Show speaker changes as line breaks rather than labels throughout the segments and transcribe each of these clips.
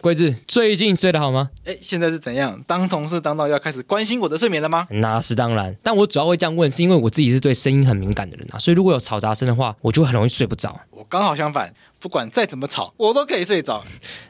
龟子最近睡得好吗？
哎，现在是怎样？当同事当到要开始关心我的睡眠了吗？
那是当然，但我主要会这样问，是因为我自己是对声音很敏感的人啊，所以如果有吵杂声的话，我就很容易睡不着。
我刚好相反，不管再怎么吵，我都可以睡着。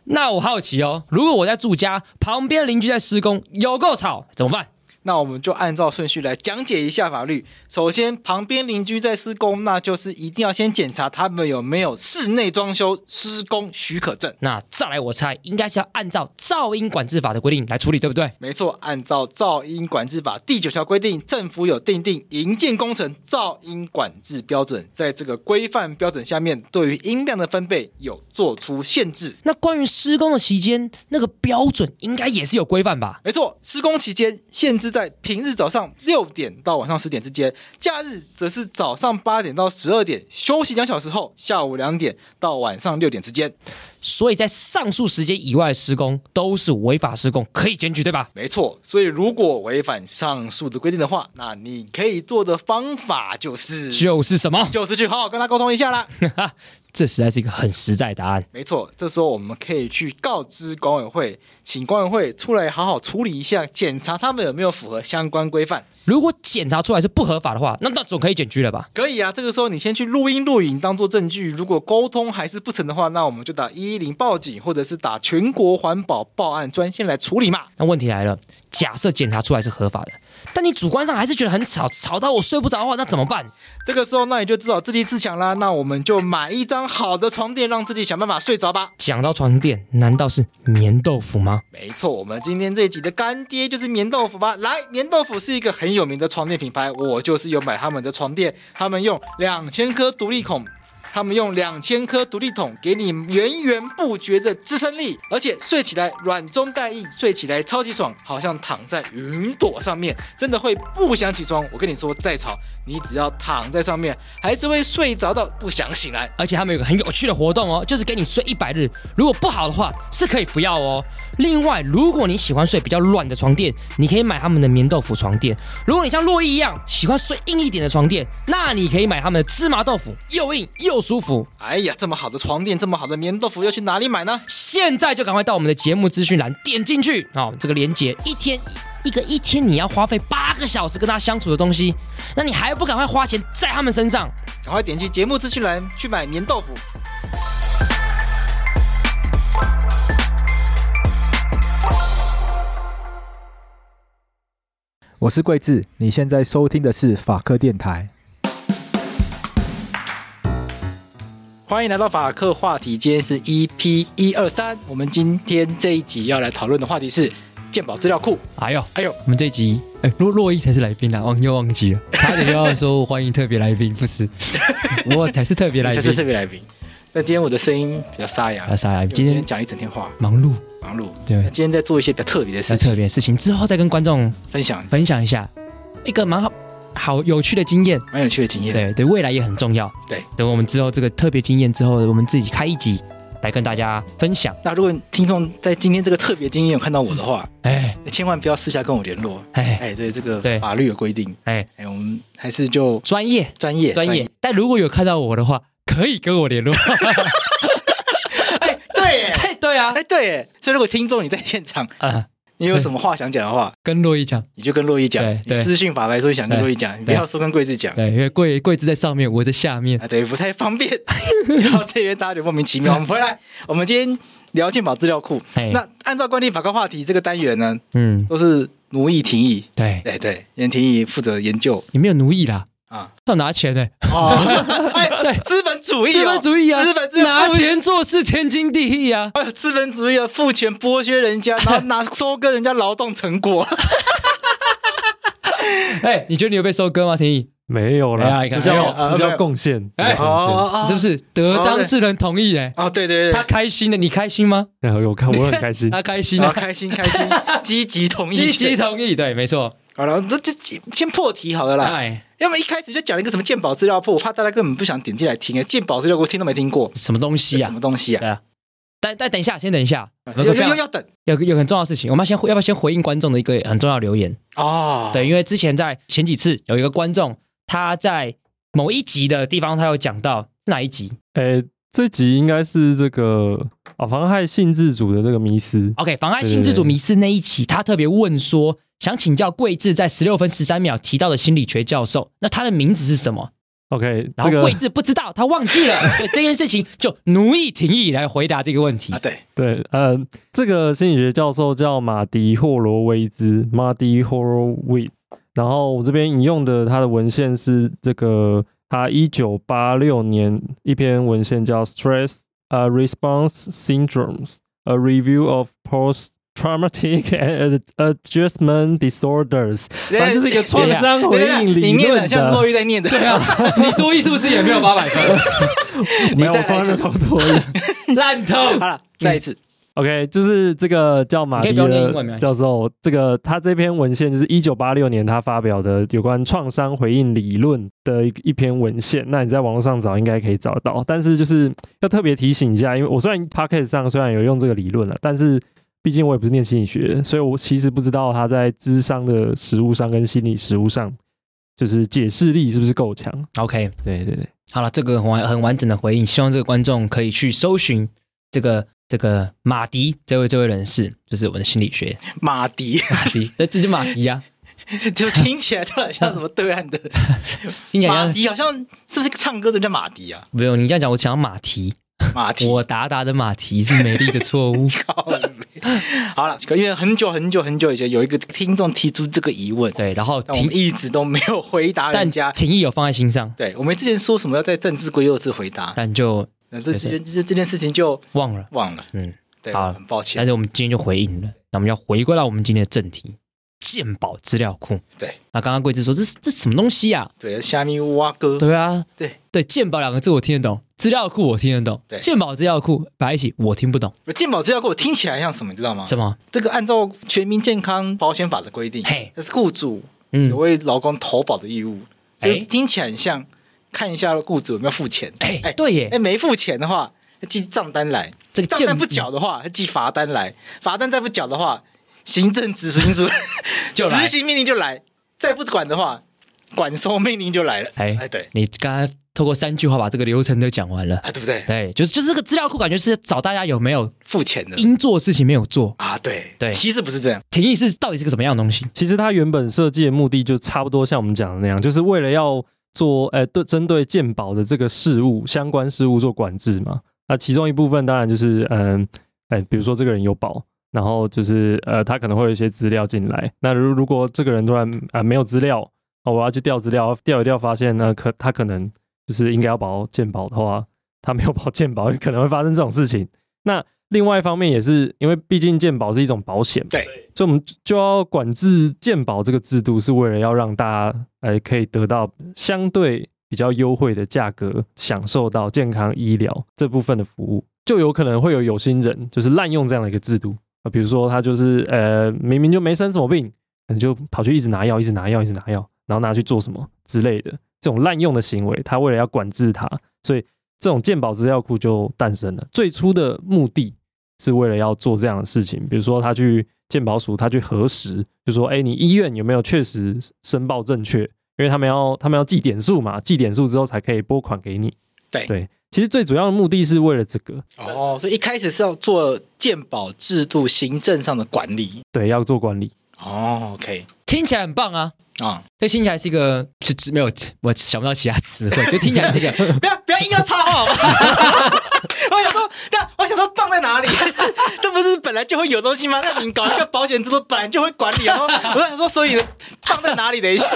那我好奇哦，如果我在住家，旁边邻居在施工，有够吵，怎么办？
那我们就按照顺序来讲解一下法律。首先，旁边邻居在施工，那就是一定要先检查他们有没有室内装修施工许可证。
那再来，我猜应该是要按照噪音管制法的规定来处理，对不对？
没错，按照《噪音管制法》第九条规定，政府有订定营建工程噪音管制标准，在这个规范标准下面，对于音量的分贝有做出限制。
那关于施工的期间，那个标准应该也是有规范吧？
没错，施工期间限制在平日早上六点到晚上十点之间，假日则是早上八点到十二点休息两小时后，下午两点到晚上六点之间。
所以在上述时间以外的施工都是违法施工，可以检举，对吧？
没错，所以如果违反上述的规定的话，那你可以做的方法就是
就是什么？
就是去好好跟他沟通一下啦。
这实在是一个很实在的答案。
没错，这时候我们可以去告知管委会，请管委会出来好好处理一下，检查他们有没有符合相关规范。
如果检查出来是不合法的话，那那总可以检举了吧？
可以啊，这个时候你先去录音录影当做证据。如果沟通还是不成的话，那我们就打一一零报警，或者是打全国环保报案专线来处理嘛。
那问题来了，假设检查出来是合法的，但你主观上还是觉得很吵，吵到我睡不着的话，那怎么办？
这个时候，那你就知道自立自强啦。那我们就买一张好的床垫，让自己想办法睡着吧。
讲到床垫，难道是棉豆腐吗？
没错，我们今天这一集的干爹就是棉豆腐吧。来，棉豆腐是一个很有名的床垫品牌，我就是有买他们的床垫。他们用两千颗独立孔，他们用两千颗独立桶给你源源不绝的支撑力，而且睡起来软中带硬，睡起来超级爽，好像躺在云朵上面，真的会不想起床。我跟你说，再吵，你只要躺在上面，还是会睡着到不想醒来。
而且他们有个很有趣的活动哦，就是给你睡一百日，如果不好的话是可以不要哦。另外，如果你喜欢睡比较乱的床垫，你可以买他们的棉豆腐床垫；如果你像洛伊一样喜欢睡硬一点的床垫，那你可以买他们的芝麻豆腐，又硬又舒服。
哎呀，这么好的床垫，这么好的棉豆腐，要去哪里买呢？
现在就赶快到我们的节目资讯栏点进去，好、这个链接一天一个一天你要花费八个小时跟他相处的东西，那你还不赶快花钱在他们身上？
赶快点击节目资讯栏去买棉豆腐。我是桂智，你现在收听的是法科电台。欢迎来到法克话题，今天是 EP 一二三。我们今天这一集要来讨论的话题是鉴宝资料库。
哎呦，
哎呦，
我们这集
哎，洛洛伊才是来宾
啊
啦，忘又忘记了，差点又要说欢迎特别来宾，不 是，我才是特别来
才是特
宾。
别来宾。那今天我的声音比较沙哑
阿，莎呀，
今
啊今
天
天
讲一整天话，
忙碌，
忙碌。
对
那今天在做一些比较特别的
有
事情，
特别事情之后再跟观众
分享
分享一下一个蛮好好有趣的经验，
蛮有趣的经验。
对对，未来也很重要。
对，
等我们之后这个特别经验之后，我们自己开一集来跟大家分享。
那如果听众在今天这个特别经验有看到我的话，
哎
千万不要私下跟我联络。
哎
哎，对这个
对
法律有规定，
哎，
哎，我们还是就
专业
专业
专业。但如果有看到我的话，可以跟我联络。
哎，对耶，
嘿对啊，
哎对耶。所以如果听众你在现场，
啊，
你有什么话想讲的话，
跟洛伊讲，
你就跟洛伊讲
对，
你
对
私讯法白说想跟
对
洛伊讲，你不要说跟桂子讲。
对，因为柜柜子在上面，我在下面。
啊，对，不太方便， 然后这边大家就莫名其妙。我们回来，我们今天聊鉴宝资料库。
哎，
那按照惯例，法官话题这个单元呢，
嗯，
都是奴役庭议。
对，
哎，对，原庭议负责研究
你没有奴役啦，
啊。
要拿钱呢，
哦，哎
对，
资本主义哦，
资本主义啊，
资本主义
拿。钱做事天经地义啊。
哎呦，资本主义啊，付钱剥削人家，然后拿 收割人家劳动成果。
哎，你觉得你有被收割吗？婷宜，
没有
哎呀
啦，
你
这
看
没有
叫
啊
这
没有
叫贡献，
哎
这叫贡
是不是得当事人同意？哎，
哦，对啊对对
他，开心的，你开心吗？
献。然哎后我看我很 开心，
他开心
然后
啊，
哦开心开心， 积极同意
积极
权。
同意，对，没错。
好了，这这这先破题好了啦。
哎，
要么一开始就讲了一个什么鉴宝资料库，我怕大家根本不想点进来听。哎，鉴宝资料库听都没听过，
什么东
是
西
什
啊？
么东西啊？
对啊，但但等一下，先等一下，有
又
个非
又
常
要等
有个有个很重要的事情，我们要先回要不要先回应观众的一个很重要的留言？
哦。
对，因为之前在前几次有一个观众他在某一集的地方，他有讲到哪一集？
哎，这集应该是这个啊妨害性自主的这个迷思。
OK，妨碍性自主迷思那一期，他特别问说，想请教贵志在十六分十三秒提到的心理学教授，那他的名字是什么？
OK，
然
这
后
个
贵志不知道，他忘记 了，所以这件事情就奴役廷义来回答这个问题
啊，。对，
对，呃，这个心理学教授叫马迪霍罗威兹 （Mardi Horowitz）。然后我这边引用的他的文献是这个他一九八六年一篇文献叫《Stress uh, Response Syndromes: A Review of Post Traumatic and Adjustment Disorders》，反正就是一个创伤
哎等
回
一下
应
你
理
念的
论
像洛
的。
伊在念的，
对 啊，你多益是不是也没有八百 分？
没有，
你再来
我
一次
从来没有多 一
烂透。
好了，再一次，
OK，就是这个叫马
你可以
迪
不要念英文没关
的
系
教授，这个他这篇文献就是一九八六年他发表的有关创伤回应理论的一一篇文献。那你在网络上找应该可以找得到，但是就是要特别提醒一下，因为我虽然 p o c k e t 上虽然有用这个理论了，啊但是毕竟我也不是念心理学，所以我其实不知道他在智商的实务上跟心理实务上，就是解释力是不是够强。
OK，
对对对，
好了，这个很完很完整的回应，希望这个观众可以去搜寻这个这个马迪这位这位人士，就是我们的心理 学
马迪，
马迪，这这就马迪啊，
就听起来都很像什么对岸的
听起来
马
像
迪，好像是不是个唱歌的人叫马迪啊？
没有你这样讲，我想到马蹄，
马迪，
我达达的马蹄是美丽的错 误。
靠北好了，因为很久很久很久以前有一个听众提出这个疑问，
对，然后
但我们
廷，
一直都没有回答人
但
家。
廷义有放在心上，
对，我们之前说什么要在政治归幼稚回答，
但就
那这
对
这这这件事情就
忘了。
忘了。
嗯，
对，
好
很抱
但
歉。
是我们今天就回应了，那我们要回归到我们今天的正题——鉴宝资料库。
对，
那刚刚桂枝说这是这是什么东西啊？
对，虾米蛙哥，
对啊，
对
对，鉴宝两个字我听得懂，资料库我听得懂，
对
鉴宝资料库摆一起我听不懂，
健保资料给我听起来像什么，你知道吗？
什么？
这个按照《全民健康保险法》的规定
嘿，
这是雇主
嗯
有，为劳工投保的义务，所以
哎
听起来很像看一下雇主有没有付钱。
哎、对耶，
哎，没付钱的话，寄账单来；
哎这个
账
鉴
单不缴的话，寄罚单来；罚单再不缴的话，行政执行组
就来
执行命令就来；再不管的话，管收命令就来了。
哎
哎，对，
你刚才透过三句话把这个流程都讲完了。
啊，对不对？
对，就是就是这个资料库，感觉是找大家有没有
付钱的
应做事情没有做，
啊，对
对
其实不是这样，
廷义是到底是个什么样的东西？
其实它原本设计的目的就差不多像我们讲的那样，就是为了要做呃对针对鉴宝的这个事物相关事务做管制嘛。那其中一部分当然就是嗯哎、比如说这个人有宝，然后就是呃他可能会有一些资料进来。那如如果这个人突然啊、呃没有资料，哦我要去调资料，调一调发现呢可他可能就是应该要保鉴宝的话，他没有保鉴宝，可能会发生这种事情。那另外一方面也是因为毕竟鉴宝是一种保险嘛。
对，
所以我们就要管制鉴宝这个制度，是为了要让大家呃可以得到相对比较优惠的价格，享受到健康医疗这部分的服务，就有可能会有有心人就是滥用这样的一个制度啊、呃比如说他就是呃明明就没生什么病，你就跑去一直拿药，一直拿药，一直拿药，然后拿去做什么之类的这种滥用的行为，他为了要管制它，所以这种鉴宝资料库就诞生了。最初的目的是为了要做这样的事情，比如说他去鉴宝署，他去核实，就说：“哎，你医院有没有确实申报正确？”因为他们要他们要记点数嘛，记点数之后才可以拨款给你。
对
对，其实最主要的目的是为了这个，
哦，所以一开始是要做鉴保制度行政上的管理。
对，要做管理。
哦，OK，
听起来很棒啊，
啊、
这听起来是一个就只没有我想不到其他词汇，就听起来是一 个
不要不要硬要插 话好吗？我想说，那我想说棒在哪里？ 这不是本来就会有东西吗？那你搞一个保险制度，本来就会管理。然后我想说，所以棒在哪里？等一下。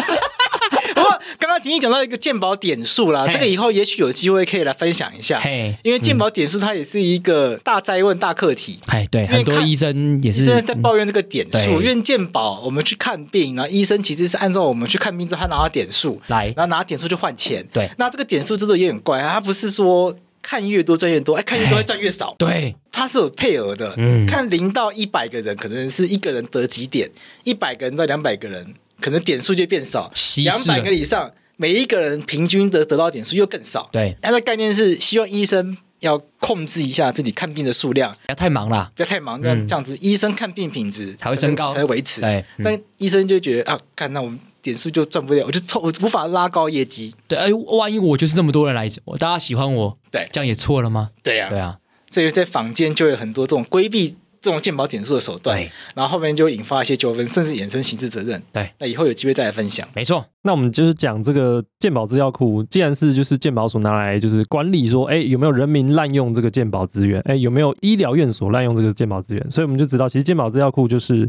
不过刚刚婷婷讲到一个鉴宝点数啦，
嘿
这个以后也许有机会可以来分享一下，
嘿，
因为鉴宝点数它也是一个大灾问大课题。
哎，对，
因为
很多
看
医生也
医
是
生在
嗯
抱怨这个点
对
数，因为健保我们去看病，然后医生其实是按照我们去看病之后，他拿到点数，
来
然后拿点数就换钱。
对
那这个点数制度也很怪，啊他不是说看越多赚越多，哎，看越多会赚越少，
对，
它是有配额的。
嗯
看零到一百个人，可能是一个人得几点，一百个人到两百个人，可能点数就变少，
稀
两
释
百
了
个以上，每一个人平均得得到点数又更少。
对
它的概念是希望医生要控制一下自己看病的数量，
不要太忙啦。
不要太忙，这样
嗯
这样子，医生看病品质
才会升高
才会维持。
对，嗯
但医生就觉得啊，看那我们点数就赚不了，我就凑，我无法拉高业绩。
对，哎，万一我就是这么多人来，我大家喜欢我，
对
这样也错了吗？
对呀、
对啊，
所以在坊间就有很多这种规避这种鉴保点数的手段，
对
然后后面就引发一些纠纷，甚至衍生刑事责任。
对，
那以后有机会再来分享。
没错，
那我们就是讲这个鉴宝资料库，既然是就是鉴宝署拿来就是管理说，哎，有没有人民滥用这个鉴宝资源？哎，有没有医疗院所滥用这个鉴宝资源？所以我们就知道，其实鉴宝资料库就是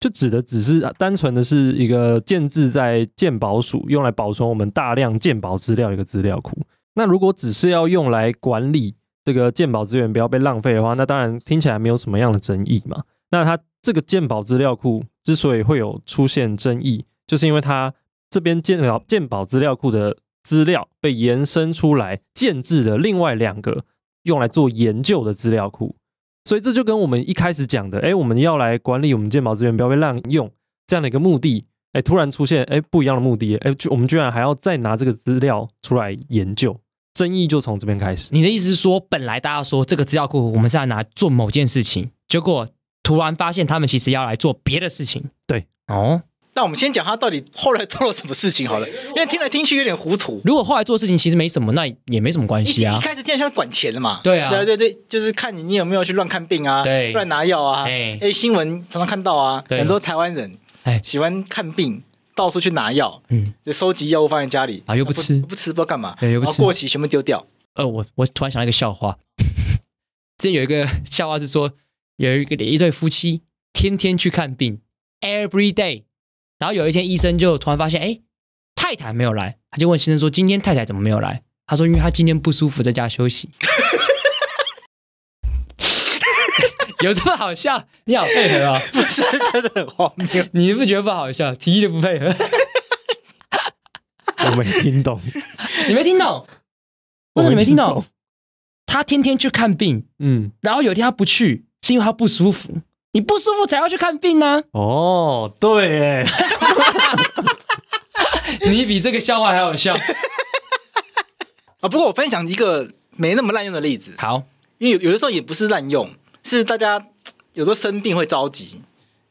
就指的只是啊单纯的是一个建制在鉴宝署用来保存我们大量鉴宝资料的一个资料库。那如果只是要用来管理这个鉴宝资源不要被浪费的话，那当然听起来没有什么样的争议嘛。那它这个鉴宝资料库之所以会有出现争议，就是因为它这边鉴宝鉴宝资料库的资料被延伸出来，建制了另外两个用来做研究的资料库。所以这就跟我们一开始讲的，哎，我们要来管理我们鉴宝资源不要被滥用这样的一个目的，哎，突然出现哎不一样的目的，哎，就我们居然还要再拿这个资料出来研究，争议就从这边开始。
你的意思是说，本来大家说这个资料库我们是要拿来做某件事情，结果突然发现他们其实要来做别的事情。
对，
哦，
那我们先讲他到底后来做了什么事情好了，因为听来听去有点糊涂。
如果后来做事情其实没什么，那也没什么关
一
系啊
一。开始听起来像管钱的嘛，
对啊
对对对，就是看你你有没有去乱看病啊，
对
乱拿药啊，
哎
哎，新闻常常看到啊，
对
很多台湾人
哎
喜欢看病，到处去拿药，
嗯，
就收集药物放在家里
啊又不吃
不吃不知道干嘛，
对又
然
不
后
吃
过期全部丢掉，
呃，我我突然想到一个笑话， 之前有一个笑话是说，有一个一对夫妻天天去看病，every day，然后有一天医生就突然发现，哎，太太没有来，他就问先生说，今天太太怎么没有来？他说，因为她今天不舒服，在家休息。 有这么好笑？你好配合啊、
不是真的哦很荒谬。
你不觉得不好笑？提议都不配合，
我没听懂，
你没听懂？为什么你没听懂？？他天天去看病，
嗯，
然后有一天他不去，是因为他不舒服。你不舒服才要去看病啊呢、
哦，对，哎，
你比这个笑话还好笑。
啊，不过我分享一个没那么滥用的例子，
好，
因为有有的时候也不是滥用，是大家嘖有时候生病会着急。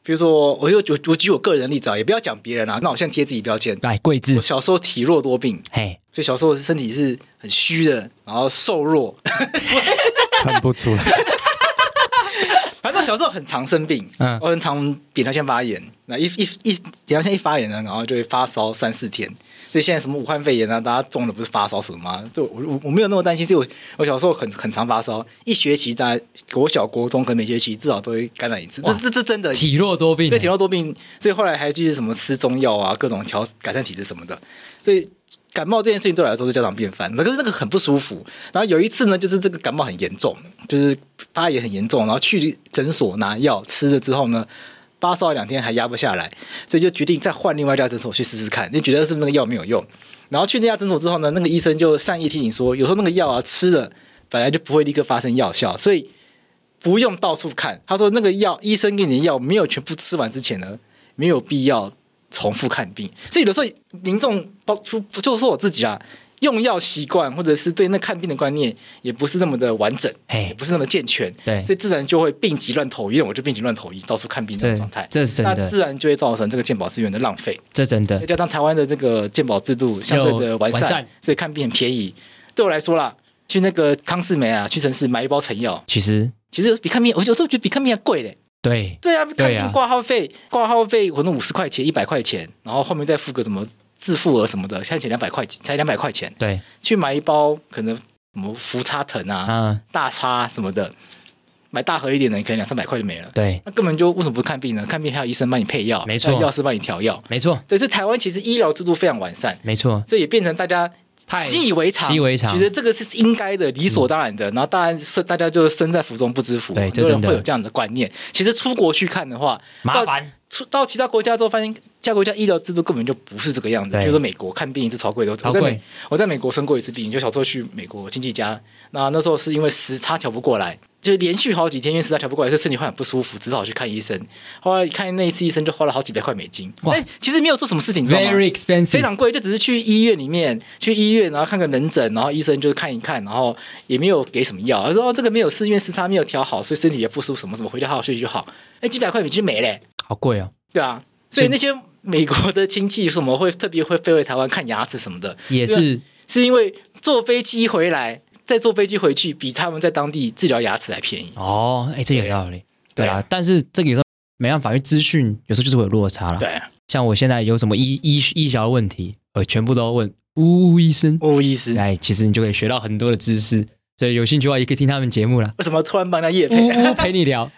比如说，我又我我举我个人的例子啊，也不要讲别人啊，那我现在贴自己标签。
来桂
我
枝，
小时候体弱多病，
嘿，
所以小时候身体是很虚的，然后瘦弱，
看不出来，
反正小时候很常生病，
嗯
我很常扁桃腺发炎，那一一一扁桃腺一发炎呢，然后就会发烧三四天，所以现在什么武汉肺炎啊，大家中了不是发烧什么吗？就我我我没有那么担心，是我我小时候很很常发烧，一学期大概国小国中跟每学期至少都会感染一次，这这这真的
体弱多病，
对体弱多病，所以后来还继续什么吃中药啊，各种调改善体质什么的。所以感冒这件事情对我来说是家常便饭，可是那个很不舒服。然后有一次呢，就是这个感冒很严重，就是发炎很严重，然后去诊所拿药吃了之后呢。发烧两天还压不下来，所以就决定再换另外一家诊所去试试看，就觉得是不是那个药没有用。然后去那家诊所之后呢，那个医生就善意提醒说，有时候那个药啊吃了本来就不会立刻发生药效，所以不用到处看。他说那个药，啊医生给你的药没有全部吃完之前呢，没有必要重复看病。所以有的时候民众，包就就说我自己啊，用药习惯或者是对那看病的观念也不是那么的完整，也
嘿，
不是那么健全，
对
所以自然就会病急乱投医，因为我就病急乱投医，到处看病这
这
种状态。
这是
那
真
自
的，
然就会造成这个健保资源的浪费，
这真的
再，加上台湾的这个健保制度相对的完善，
有完善
所以看病很便宜。对我来说啦，去那个康世美啊，屈臣氏买一包成药，
其实
其实比看病，我就我都觉得比看病还贵嘞。
对，
对啊，看
对啊
病挂号费，挂号费可能五十块钱、一百块钱，然后后面再付个什么自付额什么的，现在才两百块钱，才两百块钱，
对，
去买一包可能什么福差藤啊、
啊，
大叉什么的，买大盒一点的，可能两三百块就没了。
对，
那根本就为什么不看病呢？看病还有医生帮你配药，
没错
还有药师帮你调药。
没错，
对，所以台湾其实医疗制度非常完善，
没错，
所以也变成大家
嗯太
习以为常，
习以为常
觉得这个是应该的、理所当然的。然后当然是大家就身在福中不知福，
对
很
这
多人
真的
会有这样的观念。其实出国去看的话，
麻
到
烦，
出到其他国家之后，发现其他国家医疗制度根本就不是这个样子。
对
比如说美国看病一次超贵的，
超
我在
贵
美我在美国生过一次病，就小时候去美国亲戚家，那那时候是因为时差调不过来，就是连续好几天，因为实在调不过来，所以身体会很不舒服，只好去看医生。后来看那一次医生就花了好几百块美金，
哇
但其实没有做什么事情，你知道吗？
，very
非
expensive，
常贵，就只是去医院里面去医院，然后看个门诊，然后医生就看一看，然后也没有给什么药，他说哦这个没有试，因为时差没有调好，所以身体也不舒服，什么什么，回家好好休息就好。哎，几百块美金就没嘞，
好贵哦，
对啊，所以那些美国的亲戚什么会特别会飞回台湾看牙齿什么的，
也是
是因为坐飞机回来再坐飞机回去，比他们在当地治疗牙齿还便宜。
哦，哎，这有道理，
啊对
对
啊，但是这个有时候没办法，因为资讯有时候就是会有落差了。
对，
像我现在有什么医医医疗问题，我全部都问呜医生，
无意思，
哎，其实你就可以学到很多的知识，所以有兴趣的话也可以听他们节目啦。
为什么突然帮人家夜
呜
配？
呜陪你聊，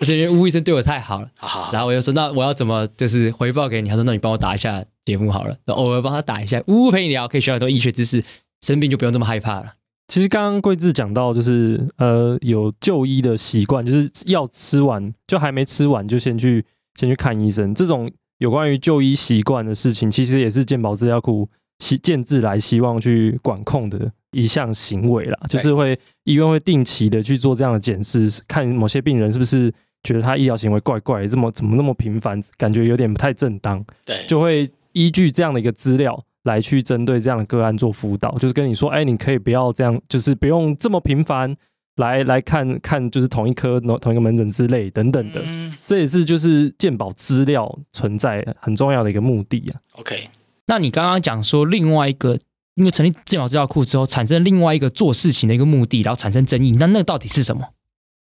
我觉得呜医生对我太好了。
好好好，
然后我就说，那我要怎么就是回报给你？他说，那你帮我打一下节目好了，然后偶尔帮他打一下，呜呜陪你聊，可以学到很多医学知识，生病就不用这么害怕了。
其实刚刚桂智讲到，就是呃有就医的习惯，就是药吃完就还没吃完就先去先去看医生。这种有关于就医习惯的事情，其实也是健保资料库希建制来希望去管控的一项行为啦，就是会医院会定期的去做这样的检视，看某些病人是不是觉得他医疗行为怪怪，这么怎么那么频繁，感觉有点不太正当。
对，
就会依据这样的一个资料来去针对这样的个案做辅导，就是跟你说，哎，你可以不要这样，就是不用这么频繁来来看看，就是同一科同一个门诊之类等等的，
嗯
这也是就是鉴保资料存在很重要的一个目的啊。
，OK，
那你刚刚讲说另外一个，因为成立健保资料库之后，产生另外一个做事情的一个目的，然后产生争议，那那到底是什么？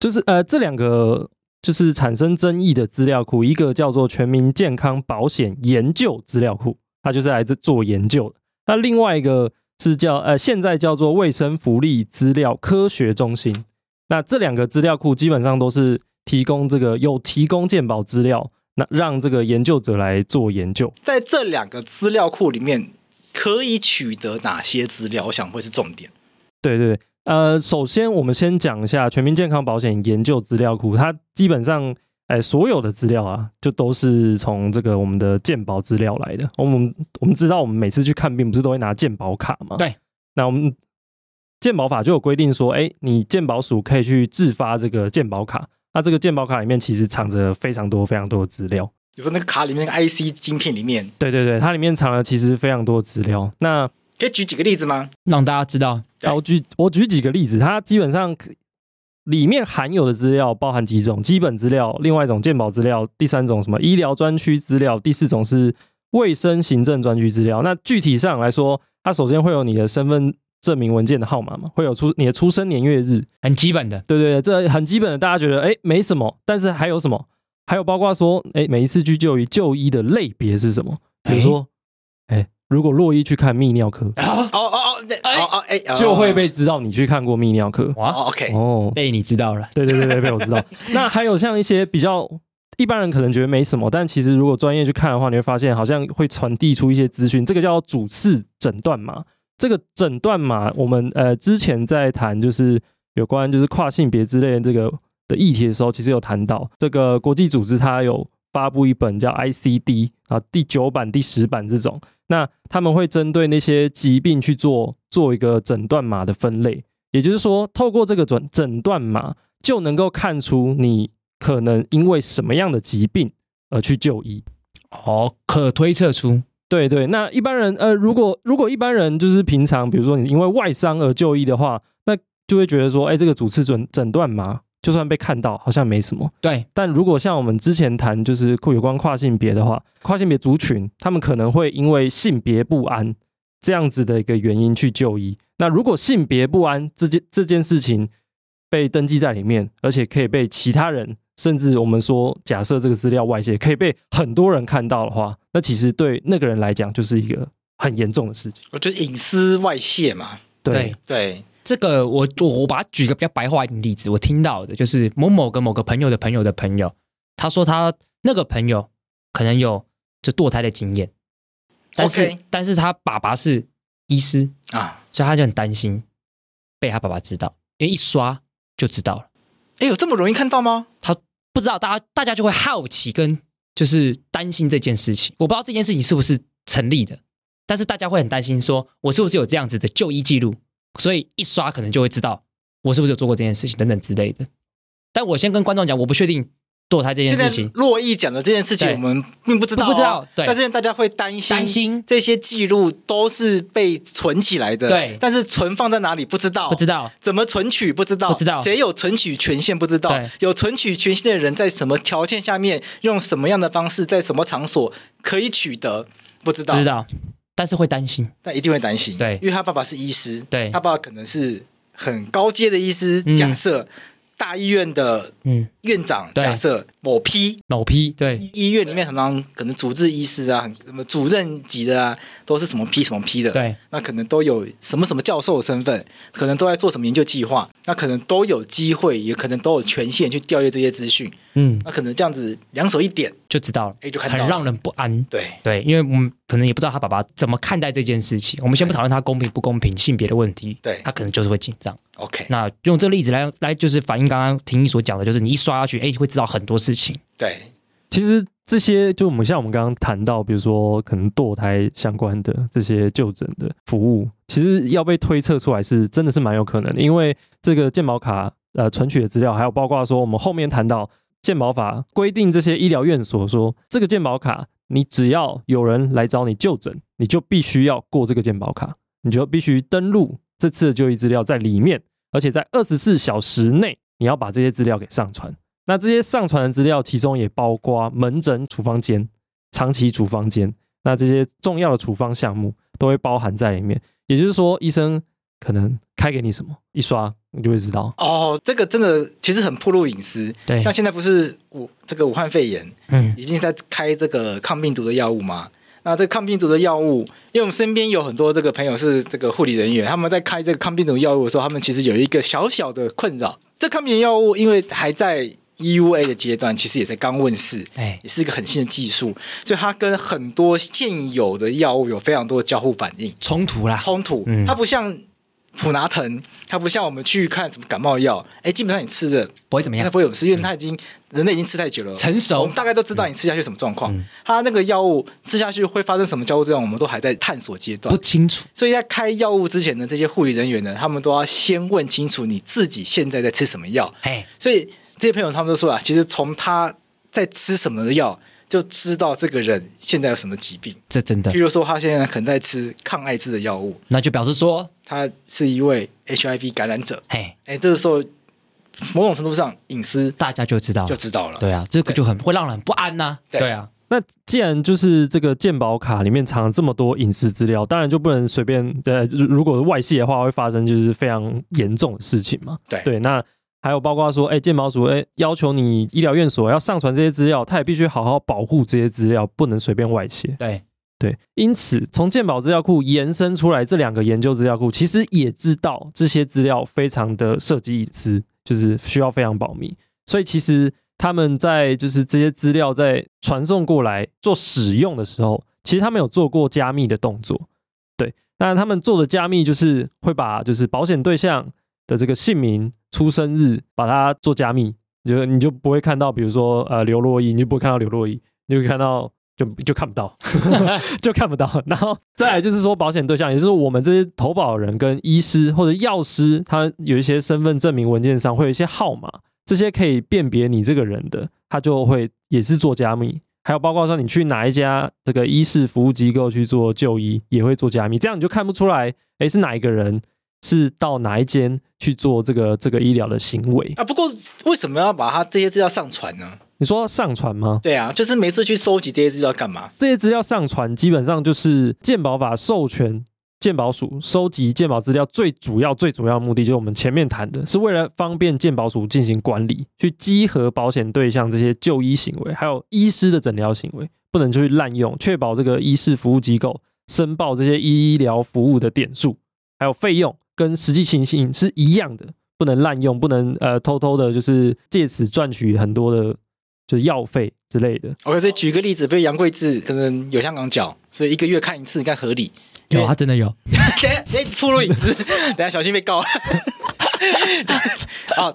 就是呃，这两个就是产生争议的资料库，一个叫做全民健康保险研究资料库，它就是来自做研究的；那另外一个是叫呃，现在叫做卫生福利资料科学中心。那这两个资料库基本上都是提供这个有提供健保资料，那让这个研究者来做研究。
在这两个资料库里面可以取得哪些资料？我想会是重点。
对对对，呃，首先我们先讲一下全民健康保险研究资料库，它基本上，哎，所有的资料啊，就都是从这个我们的健保资料来的。我们我们知道，我们每次去看病不是都会拿健保卡吗？
对，
那我们健保法就有规定说，哎，你健保署可以去自发这个健保卡。那这个健保卡里面其实藏着非常多非常多的资料。
有时候那个卡里面那个 IC 晶片里面，
对对对，它里面藏了其实非常多的资料。那
可以举几个例子吗？
让大家知道
对
啊，我举我举几个例子，它基本上可里面含有的资料包含几种：基本资料，另外一种健保资料，第三种什么医疗专区资料，第四种是卫生行政专区资料。那具体上来说，它首先会有你的身份证明文件的号码嘛，会有出你的出生年月日，
很基本的，
对对对，这很基本的，大家觉得哎没什么，但是还有什么？还有包括说，哎，每一次去就医就医的类别是什么？比如说，哎，如果洛伊去看泌尿科，
啊
哦哦哦，那哦哦哎，哦
就会被知道你去看过泌尿科。
哦
哇，
OK，
哦，
被你知道了，
对对对对，被我知道。那还有像一些比较一般人可能觉得没什么，但其实如果专业去看的话，你会发现好像会传递出一些资讯，这个叫主次诊断码。这个诊断码，我们呃之前在谈就是有关就是跨性别之类的这个的议题的时候，其实有谈到这个国际组织它有发布一本叫 ICD 啊第九版、第十版这种，那他们会针对那些疾病去做做一个诊断码的分类，也就是说，透过这个诊诊断码就能够看出你可能因为什么样的疾病而去就医。
哦，可推测出
对对，那一般人呃，如果如果一般人就是平常，比如说你因为外伤而就医的话，那就会觉得说，哎，这个主次诊诊断码就算被看到好像没什么。
对，
但如果像我们之前谈就是有关跨性别的话，跨性别族群他们可能会因为性别不安这样子的一个原因去就医。那如果性别不安这件这件事情被登记在里面，而且可以被其他人，甚至我们说假设这个资料外泄，可以被很多人看到的话，那其实对那个人来讲就是一个很严重的事情。
我觉得哦隐私外泄嘛，
对
对，
这个我我我把它举个比较白话一点的例子，我听到的就是某某个某个朋友的朋友的朋友，他说他那个朋友可能有就堕胎的经验，但是
OK
但是他爸爸是医师，
啊，
所以他就很担心被他爸爸知道，因为一刷就知道了。
哎，有这么容易看到吗？
不知道大家大家就会好奇跟就是担心这件事情。我不知道这件事情是不是成立的，但是大家会很担心，说我是不是有这样子的就医记录，所以一刷可能就会知道
我是不是有做过这件事情等等之类的。但我先跟观众讲，我不确定堕胎这件
现
事
在
情，
洛伊讲的这件事情，
对
我们并不知道哦、
不知道对
但是大家会担心，
担心
这些记录都是被存起来的，
对
但是存放在哪里不知道，
不知道。
怎么存取不知道，
不知道
谁有存取权限不知道
对，
有存取权限的人在什么条件下面，用什么样的方式，在什么场所可以取得，不知道，
不知道，但是会担心。
但一定会担心，
对
因为他爸爸是医师，
对
他爸爸可能是很高阶的医师，
嗯
假设大医院的
嗯，
院长，
对
假设某批
某批对
医院里面常常可能主治医师啊，很什么主任级的啊，都是什么批什么批的，，
对
那可能都有什么什么教授的身份，可能都在做什么研究计划，那可能都有机会，也可能都有权限去调阅这些资讯，
嗯，
那可能这样子两手一点，
就知道了，
哎，就看
很
到了，
让人不安。
对，
对，因为我们可能也不知道他爸爸怎么看待这件事情。我们先不讨论他公平不公平、性别的问题，
对
他可能就是会紧张。
，OK，
那用这个例子来来，就是反映刚刚婷宜所讲的，就是你一刷下去，哎，会知道很多事情。
对，
其实这些就我们像我们刚刚谈到，比如说可能堕胎相关的这些就诊的服务，其实要被推测出来是真的是蛮有可能的，因为这个健保卡呃存取的资料，还有包括说我们后面谈到健保法规定这些医疗院所说，这个健保卡你只要有人来找你就诊，你就必须要过这个健保卡，你就必须登录这次的就医资料在里面，而且在二十四小时内你要把这些资料给上传。那这些上传的资料，其中也包括门诊处方间、长期处方间，那这些重要的处方项目都会包含在里面。也就是说，医生可能开给你什么，一刷你就会知道。
哦，这个真的其实很暴露隐私，
对
像现在不是武这个武汉肺炎
嗯，
已经在开这个抗病毒的药物吗？那这抗病毒的药物，因为我们身边有很多这个朋友是这个护理人员，他们在开这个抗病毒药物的时候，他们其实有一个小小的困扰。这抗病毒药物因为还在 EUA 的阶段，其实也才刚问世，
哎，
也是一个很新的技术，所以它跟很多现有的药物有非常多的交互反应。
冲突啦，
冲突，
嗯
它不像普拿疼，它不像我们去看什么感冒药，哎，基本上你吃的
不会怎么
它
样，
不会有事，因为它已经人类已经吃太久了，
成
我
熟
们。大概都知道你吃下去什么状况
嗯。
它那个药物吃下去会发生什么交互作用，我们都还在探索阶段
不。清楚，
所以在开药物之前呢，这些护理人员呢，他们都要先问清楚你自己现在在吃什么药。
哎，
所以这些朋友他们都说啊，其实从他在吃什么的药，就知道这个人现在有什么疾病。
这真的
譬，如说，他现在可能在吃抗艾滋的药物，
那就表示说，
他是一位 HIV 感染者，
嘿，
哎，这个时候某种程度上隐私
大家就知道
就
了，
知道了。
对啊，这个就很会让人很不安呐，
对
对啊，
那既然就是这个健保卡里面藏了这么多隐私资料，当然就不能随便呃，如如果外泄的话，会发生就是非常严重的事情嘛。
对
对，那还有包括说，哎、健保署哎、要求你医疗院所要上传这些资料，他也必须好好保护这些资料，不能随便外泄。
对，
对，因此从健保资料库延伸出来这两个研究资料库，其实也知道这些资料非常的涉及隐私，就是需要非常保密。所以其实他们在就是这些资料在传送过来做使用的时候，其实他们有做过加密的动作。对，那他们做的加密就是会把就是保险对象的这个姓名、出生日把它做加密，你就你就不会看到，比如说呃刘若英，你就不会看到刘若英，你就会看到就就看不到， 就看不到。然后再来就是说保险对象，也就是我们这些投保人跟医师或者药师，他有一些身份证明文件上会有一些号码，这些可以辨别你这个人的，他就会也是做加密。还有包括说你去哪一家这个医事服务机构去做就医，也会做加密，这样你就看不出来，诶是哪一个人，是到哪一间去做这个这个医疗的行为。
啊，不过为什么要把他这些资料上传呢？
你说上传吗？
对啊，就是每次去收集这些资料干嘛？
这些资料上传基本上就是鉴保法授权鉴保署收集鉴保资料最主要最主要的目的，就是我们前面谈的，是为了方便鉴保署进行管理，去稽核保险对象这些就医行为，还有医师的诊疗行为，不能去滥用，确保这个医事服务机构申报这些医疗服务的点数，还有费用跟实际情形是一样的，不能滥用，不能呃偷偷的，就是借此赚取很多的，就是药费之类的。
OK，所以举个例子，比如杨贵志可能有香港脚，所以一个月看一次，应该合理。
有他真的有，
等一下，哎，暴露隐私， 等一下小心被告。 啊，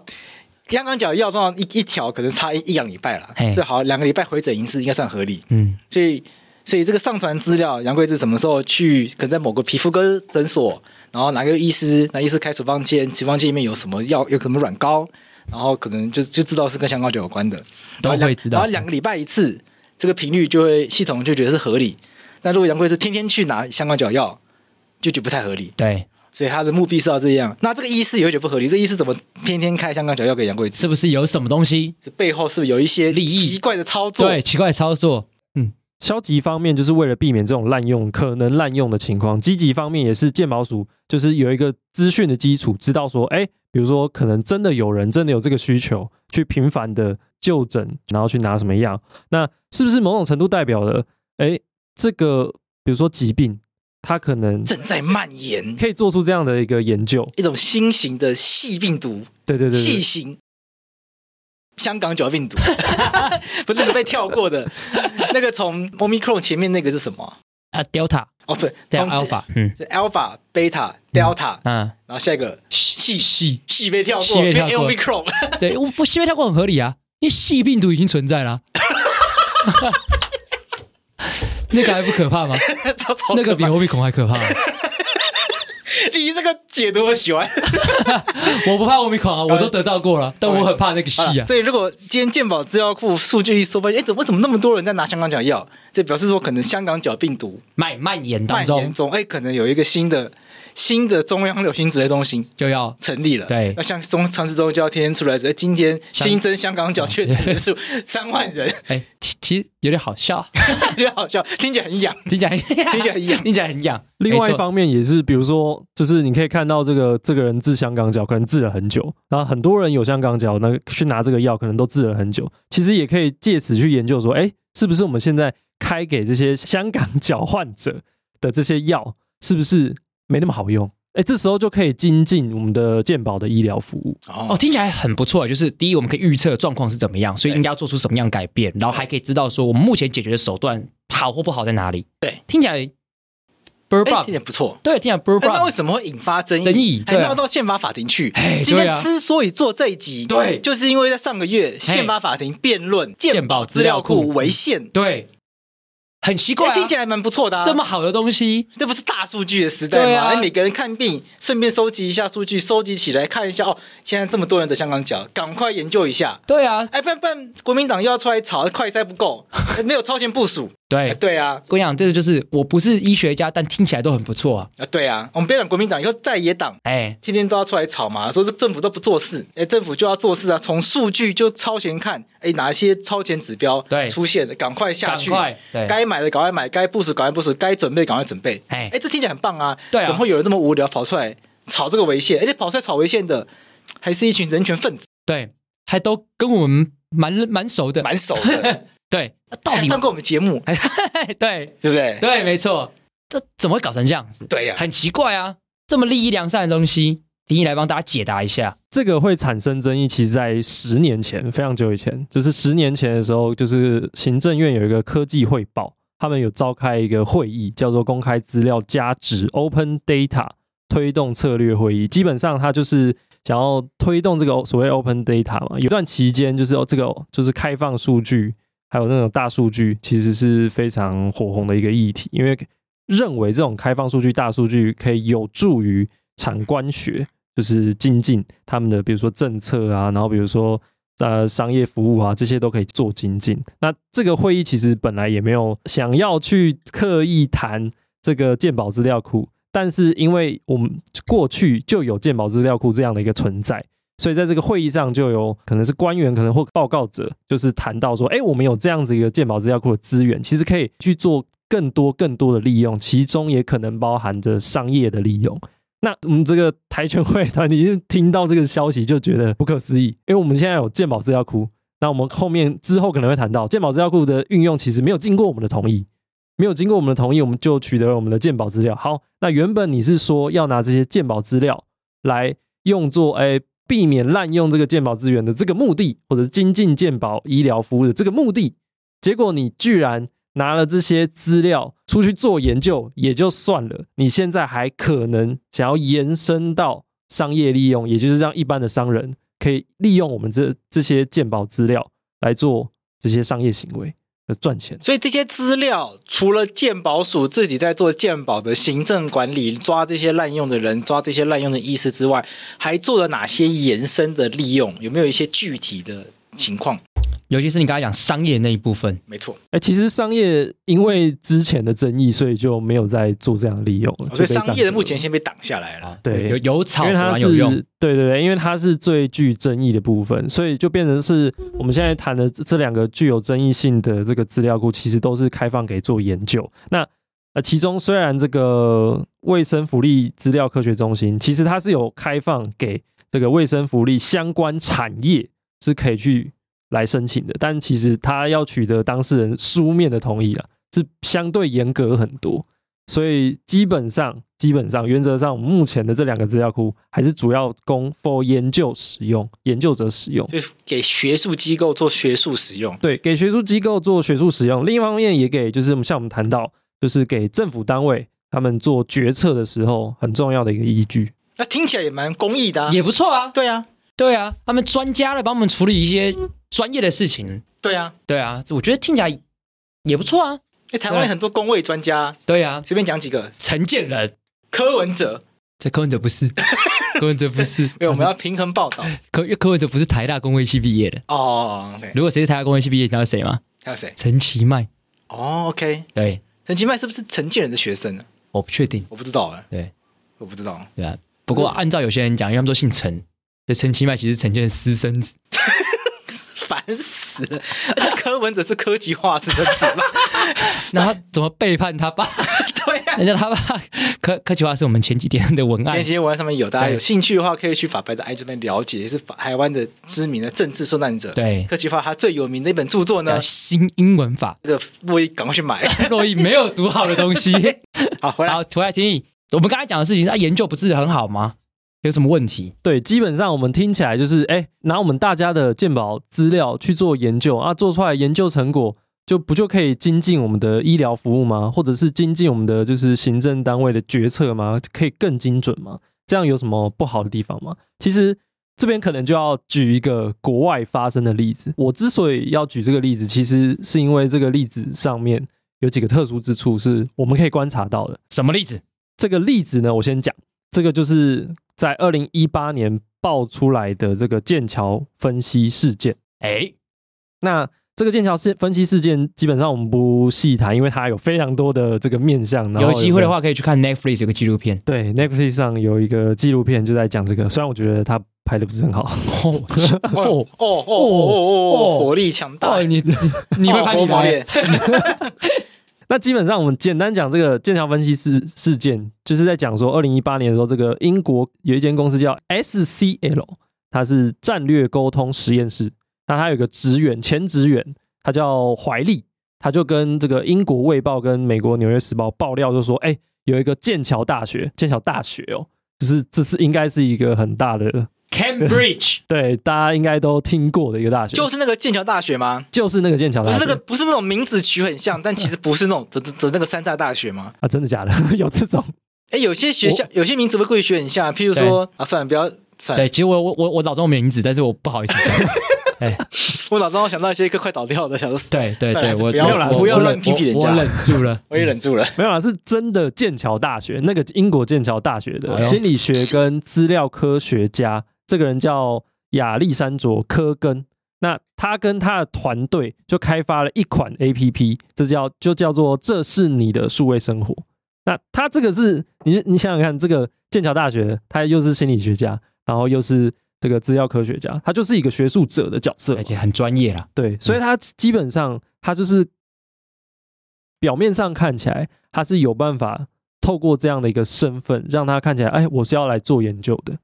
香港脚药通常一一条可能差一一两礼拜啦
嘿，
是好两个礼拜回诊一次，应该算合理。
嗯，
所以所以这个上传资料，杨贵志什么时候去？可能在某个皮肤科诊所，然后哪个医师，那医师开处方签，处方签里面有什么药，有什么软膏，然后可能就就知道是跟香膏酒有关的，
都会知道
然后两然后两个礼拜一次，这个频率就会系统就觉得是合理。那如果杨贵志天天去拿香膏酒药，就觉得不太合理。
对，
所以他的目的是要这样。那这个医师也有点不合理，这医师怎么 天天开香港脚药给杨贵志？
是不是有什么东西？
这背后是不是有一些
利益
奇怪的操作？
对，，奇怪的操作，
消极方面就是为了避免这种滥用可能滥用的情况，积极方面也是鉴宝署就是有一个资讯的基础，知道说，哎，比如说可能真的有人真的有这个需求，去频繁的就诊，然后去拿什么药，那是不是某种程度代表了，哎，这个比如说疾病，它可能
正在蔓延
可以做出这样的一个研究，
一种新型的细病毒，
对对对
细
对，
型香港脚病毒， 不是那个被跳过的， 那个从 Omicron 前面那个是什么啊？
啊，Delta
哦，对，
这样
从
Alpha，嗯
是 Alpha、Beta、Delta，
啊，
然后下一个
细细，
细被跳过，
细被
变
跳过
Omicron。
对，我不细微跳过很合理啊，因为细病毒已经存在了啊， 那个还不可怕吗？
超超
那个比
可怕
欧比孔还可怕， 啊
你这个解读我 喜欢。
我不怕欧比孔啊，我都得到过了，但我很怕那个细
啊
啊。
所以如果今天健保资料库数据一搜发现，哎，怎么怎么那么多人在拿香港脚药？这表示说可能香港脚病毒
蔓蔓延当
蔓
中
延中，哎，可能有一个新的新的中央流行指挥中心
就要
成立了。
对
那像中传市中就要天天出来，哎，今天
香
新增香港脚确诊人 数三万人，
哎，其其实有点好笑，啊
有点好笑，听起来 很痒，
听起 来听
听起来很痒。
听起来很痒。
另外
没
一
错，
方面也是，比如说，就是你可以看到这个这个人治香港脚，可能治了很久，然后很多人有香港脚，那去拿这个药，可能都治了很久。其实也可以借此去研究说，哎，是不是我们现在开给这些香港脚患者的这些药，是不是没那么好用？哎，这时候就可以精进我们的健保的医疗服务。
哦
哦，听起来很不错。就是第一，我们可以预测状况是怎么样，所以
对
应该要做出什么样改变，然后还可以知道说我们目前解决的手段好或不好在哪里。
对，
听起来 b u r b
哎，
o
听起来不错。
对，听起来 b u r
哎
b
那
o
为什么会引发争议？
争议
还
对啊
闹到宪法法庭去。
哎
今
对
天
啊
之所以做这一集，
对
就是因为在上个月宪法法庭辩论
健保资料库
违宪，
对，很奇怪、
哎
啊，
听起来蛮不错的啊。
这么好的东西，
这不是大数据的时代
对
吗？
啊
哎每个人看病，顺便收集一下数据，收集起来看一下哦。现在这么多人得香港脚，赶快研究一下。
对啊，
哎，不然不然，国民党又要出来吵，快筛不 够，哎没有超前部署。哎，
对。
对啊，
我跟你讲，这个就是我不是医学家，但听起来都很不错啊。
啊对啊，我们不要讲国民党，以后在野党
哎，
天天都要出来吵嘛，说是政府都不做事，哎，政府就要做事啊，从数据就超前看，哎，哪些超前指标
对
出现了，赶快下
赶
去。
快，对，
该买的赶快买，该部署赶快部署，该准备赶快准备。
哎
哎，这听起来很棒啊！
对啊
怎么会有人这么无聊跑出来炒这个违宪？而且跑出来炒违宪的，还是一群人权分子，
对，还都跟我们蛮蛮熟的。
蛮呃熟的，
对，那 到
还
底
上过我们节目，
对
对不对？
对，没错，这怎么会搞成这样子？
对呀、
很奇怪啊！这么利益良善的东西，林毅来帮大家解答一下。
这个会产生争议，其实在十年前，非常久以前，就是十年前的时候，就是行政院有一个科技汇报，他们有召开一个会议，叫做公开资料加值 （Open Data） 推动策略会议。基本上，它就是想要推动这个所谓 Open Data 嘛。有一段期间，就是这个就是开放数据，还有那种大数据，其实是非常火红的一个议题，因为认为这种开放数据、大数据可以有助于产官学。就是精进他们的，比如说政策啊，然后比如说呃商业服务啊，这些都可以做精进。那这个会议其实本来也没有想要去刻意谈这个鉴宝资料库，但是因为我们过去就有鉴宝资料库这样的一个存在。所以在这个会议上，就有可能是官员，可能或报告者，就是谈到说，哎，我们有这样子一个鉴宝资料库的资源，其实可以去做更多更多的利用，其中也可能包含着商业的利用。那我们这个台拳会团体就听到这个消息就觉得不可思议，因为我们现在有鉴宝资料库，那我们后面之后可能会谈到鉴宝资料库的运用，其实没有经过我们的同意，没有经过我们的同意，我们就取得了我们的鉴宝资料。好，那原本你是说要拿这些鉴宝资料来用作哎避免滥用这个鉴宝资源的这个目的，或者精进鉴宝医疗服务的这个目的，结果你居然拿了这些资料出去做研究也就算了，你现在还可能想要延伸到商业利用，也就是让一般的商人可以利用我们这这些鉴宝资料来做这些商业行为，呃赚钱。
所以这些资料，除了鉴宝署自己在做鉴宝的行政管理，抓这些滥用的人，抓这些滥用的医师之外，还做了哪些延伸的利用？有没有一些具体的情况？
尤其是你刚才讲商业那一部分，
没错，
哎、其实商业因为之前的争议，所以就没有再做哦这样的利用了。
哦所以
就被
商业的
暂停
目
了
前先被挡下来了。
对
有有草
因
果
为它
然
是
有用，
对对对，因为它是最具争议的部分，所以就变成是我们现在谈的这这两个具有争议性的这个资料库，其实都是开放给做研究。那呃，其中虽然这个卫生福利资料科学中心，其实它是有开放给这个卫生福利相关产业是可以去来申请的，但其实它要取得当事人书面的同意啊，是相对严格很多。所以基本上，基本上原则上，目前的这两个资料库还是主要供 for 研究使用，研究者使用。
所以给学术机构做学术使用，
对，给学术机构做学术使用。另一方面，也给就是我们像我们谈到，就是给政府单位他们做决策的时候很重要的一个依据。
那听起来也蛮公益的、啊。
也不错啊。
对啊，
对啊，他们专家来帮我们处理一些专业的事情。
对啊。
对啊，我觉得听起来也不错啊。
哎，台湾有很多工位专家，
对啊，
随便讲几个，
陈建仁
柯文哲，
这柯文哲不 是，柯文哲不是，
因为我们要平衡报道。
柯因为柯文哲不是台大工卫系毕业的。
哦，OK，
如果谁是台大工卫系毕业，你知道是谁吗？
还有谁？
陈其迈。
哦，OK，
对，
陈其迈是不是陈建仁的学生呢？啊
我不确定，
我不知道哎、
对，
我不知道。
对啊。不过按照有些人讲，因为他们都姓陈，这陈其迈其实是陈建的私 生子。
烦死了！而且柯文哲是科技化是真是 吧？
那他怎么背叛 他爸？
对
啊
呀、
人家他爸柯柯其华是我们前几天的文
前
案
几，天文案上面有，大家
对
有兴趣的话，可以去法白的 i 这边了解，也是法台湾的知名的政治受难者。，
对，
科技化他最有名的一本著作呢
叫，新英文法，
这个洛伊赶快去 买。
洛伊没有读好的东西。
好，回来
好，涂来听议，我们刚才讲的事情，他研究不是很好吗？有什么问题？
对，基本上我们听起来就是，哎，拿我们大家的健保资料去做研究啊，做出来研究成果，就不就可以精进我们的医疗服务吗？或者是精进我们的就是行政单位的决策吗？可以更精准吗？这样有什么不好的地方吗？其实这边可能就要举一个国外发生的例子。我之所以要举这个例子，其实是因为这个例子上面有几个特殊之处是我们可以观察到的。
什么例子？
这个例子呢，我先讲，这个就是在二零一八年爆出来的这个剑桥分析事件。
哎，
那这个剑桥事分析事件，基本上我们不细谈，因为它有非常多的这个面向。然后
有机会的，话可以去看 Netflix 有个纪录 片，
对 Netflix 上有一个纪录片就在讲这个，虽然我觉得它拍的不是很好，
哦
哦
哦
哦哦哦哦，
哦
火力强大
哦，，你你你会拍
哦
你
火猛
来
烈，
那基本上我们简单讲这个剑桥分析事事件，就是在讲说，二零一八年的时候，这个英国有一间公司叫 SCL，它是战略沟通实验室。那它有一个职员，前职员，他叫怀利，他就跟这个英国《卫报》跟美国《纽约时报》爆料，就说，哎、有一个剑桥大学，剑桥大学哦，就是这是应该是一个很大的，
Cambridge
对，大家应该都听过的一个大学，
就是那个剑桥大学吗？
就是那个剑桥
不
大学，
是那个，不是那种名字取很像，但其实不是那种的 的的那个山寨大学吗？
啊，真的假的？ 有这种？
哎，有些学校有些名字会故意取很像，譬如说啊，算了，不要算了
对，，其实我我我我脑中有名字，但是我不好 意思讲。
我脑中我想到一些一个快倒掉的，想说
对对
算了
对，我
不要
我
啦
我
不要
我
乱
忍
批评人家。
我我忍住了
我也忍住了。
没有啦，啊是真的剑桥大学那个英国剑桥大学的
哎呦
心理学跟资料科学家，这个人叫亚历山卓·科根。那他跟他的团队就开发了一款 A P P，这叫就叫做“这是你的数位生活”。那他这个是你你想想看，这个剑桥大学，他又是心理学家，然后又是这个资料科学家，他就是一个学术者的角色嘛
而。且很专业啦，
对，所以他基本上他就是表面上看起来他是有办法透过这样的一个身份，让他看起来，哎，我是要来做研究的，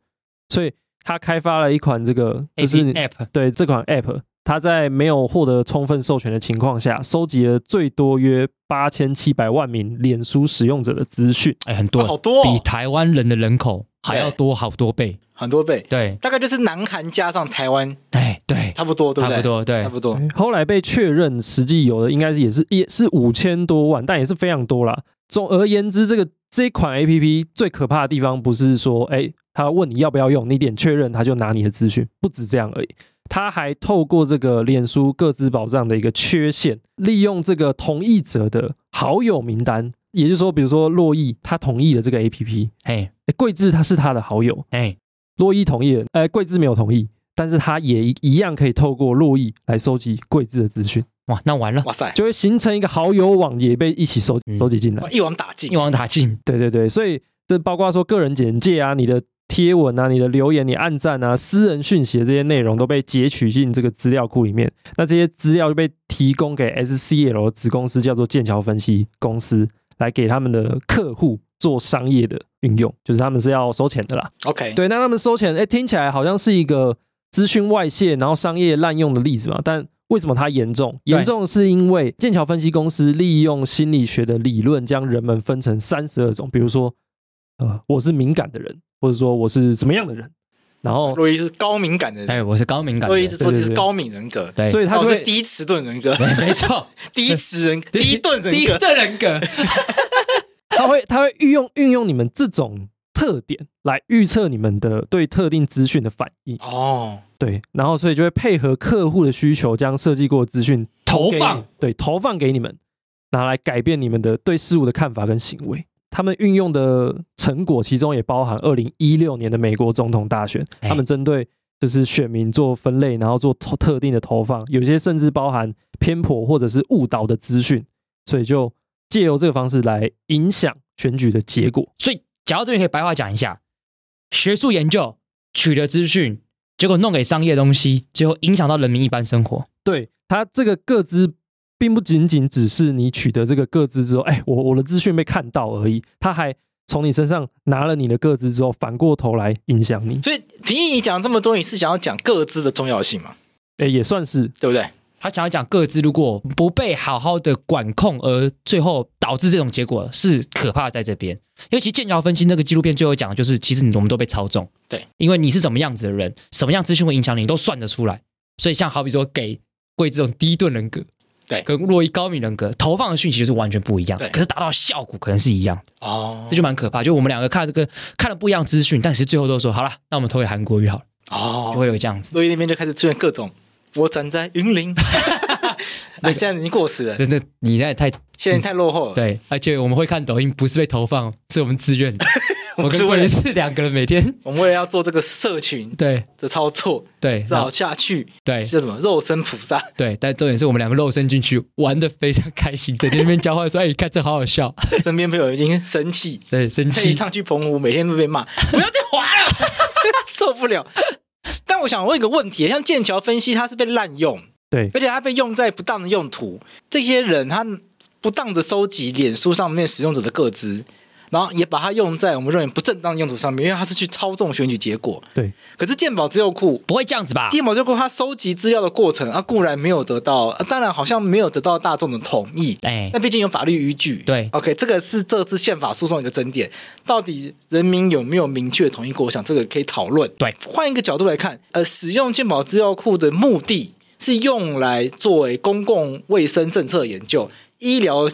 所以他开发了一款这个，就
A
是
P App
对这款 App，它在没有获得充分授权的情况下，收集了最多约八千七百万名脸书使用者的资讯。
哎很
啊
多，
好多、
比
哦，
台湾人的人口还要
对
多好多倍。
很多倍，
对
大概就是南韩加上台湾
对对，
差不多，对
差
不对？
不，多对
差。不多。
后来被确认实际有的应该是也是也是五千多万，但也是非常多啦。总而言之，这个这款 A P P 最可怕的地方不是说，哎，他问你要不要用，你点确认他就拿你的资讯，不止这样而已。他还透过这个脸书各自保障的一个缺陷，利用这个同意者的好友名单，也就是说，比如说洛伊他同意了这个 A P P，
哎
哎，桂枝他是他的好友，
哎，
洛伊同意了，哎，桂枝没有同意，但是他也一一样可以透过洛伊来收集桂枝的资讯，
哇，那完了，
哇塞，
就会形成一个好友网，也被一起收
嗯
收集进来
哇。一网打尽
一。网打尽，
对对对，所以这包括说个人简介啊、你的贴文啊、你的留言、你按赞啊、私人讯息的这些内容都被截取进这个资料库里面。那这些资料就被提供给 SCL 子公司，叫做剑桥分析公司，来给他们的客户做商业的运用，就是他们是要收钱的啦。
OK，
对，那他们收钱，哎，听起来好像是一个资讯外泄，然后商业滥用的例子嘛。但为什么它严重？严重是因为剑桥分析公司利用心理学的理论，将人们分成三十二种，比如说，呃，我是敏感的人，或者说我是怎么样的人，然后，
洛伊是高敏感的人，
哎，我是高敏感的
洛伊
人
是，说自己
对
是
对对
高敏人格，哦
对，
所以他就
我是
会
低迟钝人格，
对 没错，
低迟人，低钝
第
人
一
格。
对人格，
他会他会运用运用你们这种特点来预测你们的对特定资讯的反应，
哦，
对，然后所以就会配合客户的需求，将设计过的资讯
投
给
放
你，对，投放给你们，拿来改变你们的对事物的看法跟行为。他们运用的成果，其中也包含二零一六年的美国总统大选，
哎
他们针对就是选民做分类，然后做特特定的投放，有些甚至包含偏颇或者是误导的资讯，所以就借由这个方式来影响选举的结果。
所以讲到这边可以白话讲一下，学术研究取得资讯，结果弄给商业东西，最后影响到人民一般生活。
对他这个各自，并不仅仅只是你取得这个各自之后，哎，我我的资讯被看到而已，他还从你身上拿了你的各自之后，反过头来影响你，
所以婷宜你讲这么多，你是想要讲各自的重要性嘛？
哎，也算是
对不对？
他想要讲各自如果不被好好的管控，而最后导致这种结果是可怕在这边。尤其剑桥分析那个纪录片最后讲，的就是其实你我们都被操纵，
对，
因为你是怎么样子的人，什么样资讯会影响你，你都算得出来。所以像好比说给贵这种低钝人格，
对
跟洛伊高敏人格投放的讯息就是完全不一样
对，
可是达到的效果可能是一样，
哦
这就蛮可怕。就我们两个看这个看了不一样资讯，但是最后都说好了，那我们投给韩国瑜好了，就
哦，
会有这样子。
所以那边就开始出现各种，我站在 云林，那现在已经过时了，
真的，你现在太
现在太落后了。
嗯对，而且我们会看抖音，不是被投放，是我们自愿 的。我
们
跟
是为
贵
了
人是两个人每天
我们为了要做这个社群
对
的操作，
对
只
然
好
后
下去
对
叫什么肉身菩 萨。
对，但重点是我们两个肉身进去玩的非常开心，整天在那边交换说：“哎，看这好好笑。
身边朋友已经生 气”，
对，生
这一
气
趟去澎湖，每天都被骂， 不要再滑了， 受不了。但我想问一个问题，像剑桥分析，它是被滥用，
对
而且它被用在不当的用途。这些人他不当的收集脸书上面使用者的个资，然后也把它用在我们认为不正当的用途上面，因为它是去操纵选举结果。
对。
可是鉴宝资料库
不会这样子吧？
电保就过他收集资料的过程，啊，固然没有得到，啊当然好像没有得到大众的同意，
哎
那毕竟有法律依据。
对
，OK，这个是这次宪法诉讼的一个争点，到底人民有没有明确同意过？我想这个可以讨论。
对，
换一个角度来看，呃，使用健保资料库的目的是用来作为公共卫生政策研究、医疗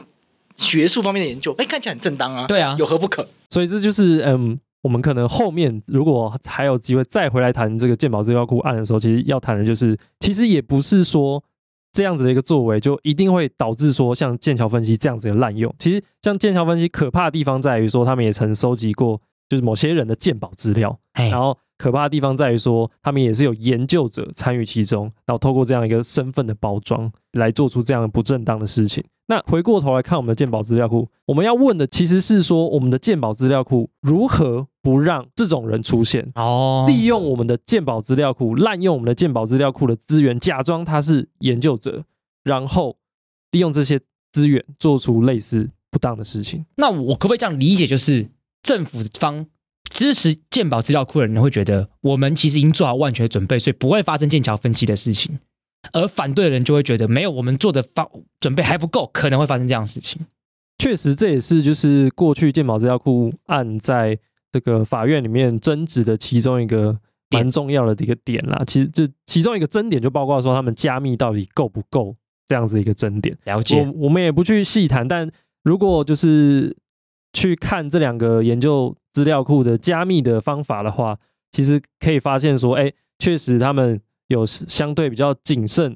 学术方面的研究，哎，看起来很正当啊，
对啊
有何不可？
所以这就是嗯，我们可能后面如果还有机会再回来谈这个鉴宝资料库案的时候，其实要谈的就是，其实也不是说这样子的一个作为就一定会导致说像剑桥分析这样子的滥用。其实像剑桥分析可怕的地方在于说，他们也曾收集过就是某些人的鉴宝资料，
哎
哦
然后可怕的地方在于说，他们也是有研究者参与其中，然后透过这样一个身份的包装来做出这样不正当的事情。那回过头来看我们的鉴宝资料库，我们要问的其实是说，我们的鉴宝资料库如何不让这种人出现？
哦，
利用我们的鉴宝资料库，滥用我们的鉴宝资料库的资源，假装他是研究者，然后利用这些资源做出类似不当的事情。
那我可不可以这样理解？就是政府方支持鉴宝资料库的人会觉得，我们其实已经做好万全的准备，所以不会发生剑桥分析的事情；而反对的人就会觉得，没有我们做的方准备还不够，可能会发生这样的事情。
确实，这也是就是过去鉴宝资料库案在这个法院里面争执的其中一个蛮重要的一个点啦。其实这其中一个争点就包括说他们加密到底够不够这样子一个争点。
了解，
我我们也不去细谈，但如果就是去看这两个研究资料库的加密的方法的话，其实可以发现说，哎，确实他们有相对比较谨慎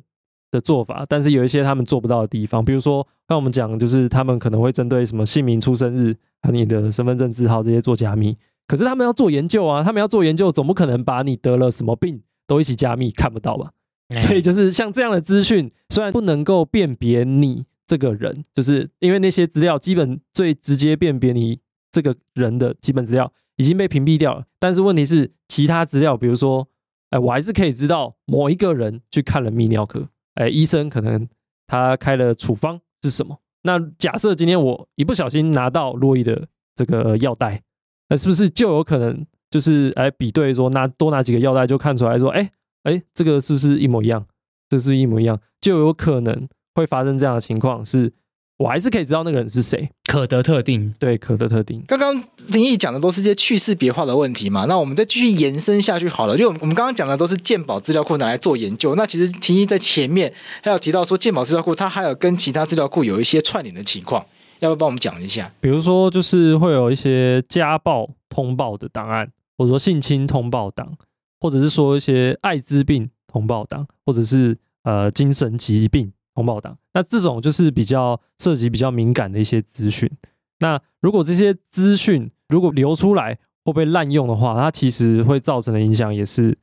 的做法，但是有一些他们做不到的地方，比如说刚我们讲，就是他们可能会针对什么姓名、出生日和你的身份证字号这些做加密，可是他们要做研究啊，他们要做研究，总不可能把你得了什么病都一起加密，看不到吧？
哎
所以就是像这样的资讯，虽然不能够辨别你这个人，就是因为那些资料基本最直接辨别你这个人的基本资料已经被屏蔽掉了，但是问题是其他资料，比如说，哎，我还是可以知道某一个人去看了泌尿科，哎，医生可能他开了处方是什么？那假设今天我一不小心拿到洛伊的这个药袋，那是不是就有可能就是哎比对说拿多拿几个药袋就看出来说，哎。哎，这个是不是一模一样？这是一模一样，就有可能会发生这样的情况，是我还是可以知道那个人是谁，
可得特定，
对，可得特定。
刚刚林毅讲的都是些去识别化的问题嘛，那我们再继续延伸下去好了。就我们我们刚刚讲的都是鉴宝资料库拿来做研究，那其实婷一在前面还有提到说鉴宝资料库它还有跟其他资料库有一些串联的情况，要不要帮我们讲一下？
比如说，就是会有一些家暴通报的档案，或者说性侵通报档，或者是说一些艾滋病通报档，或者是呃精神疾病通报档。那这种就是比较涉及比较敏感的一些资讯。那如果这些资讯如果流出来会被滥用的话，它其实会造成的影响也是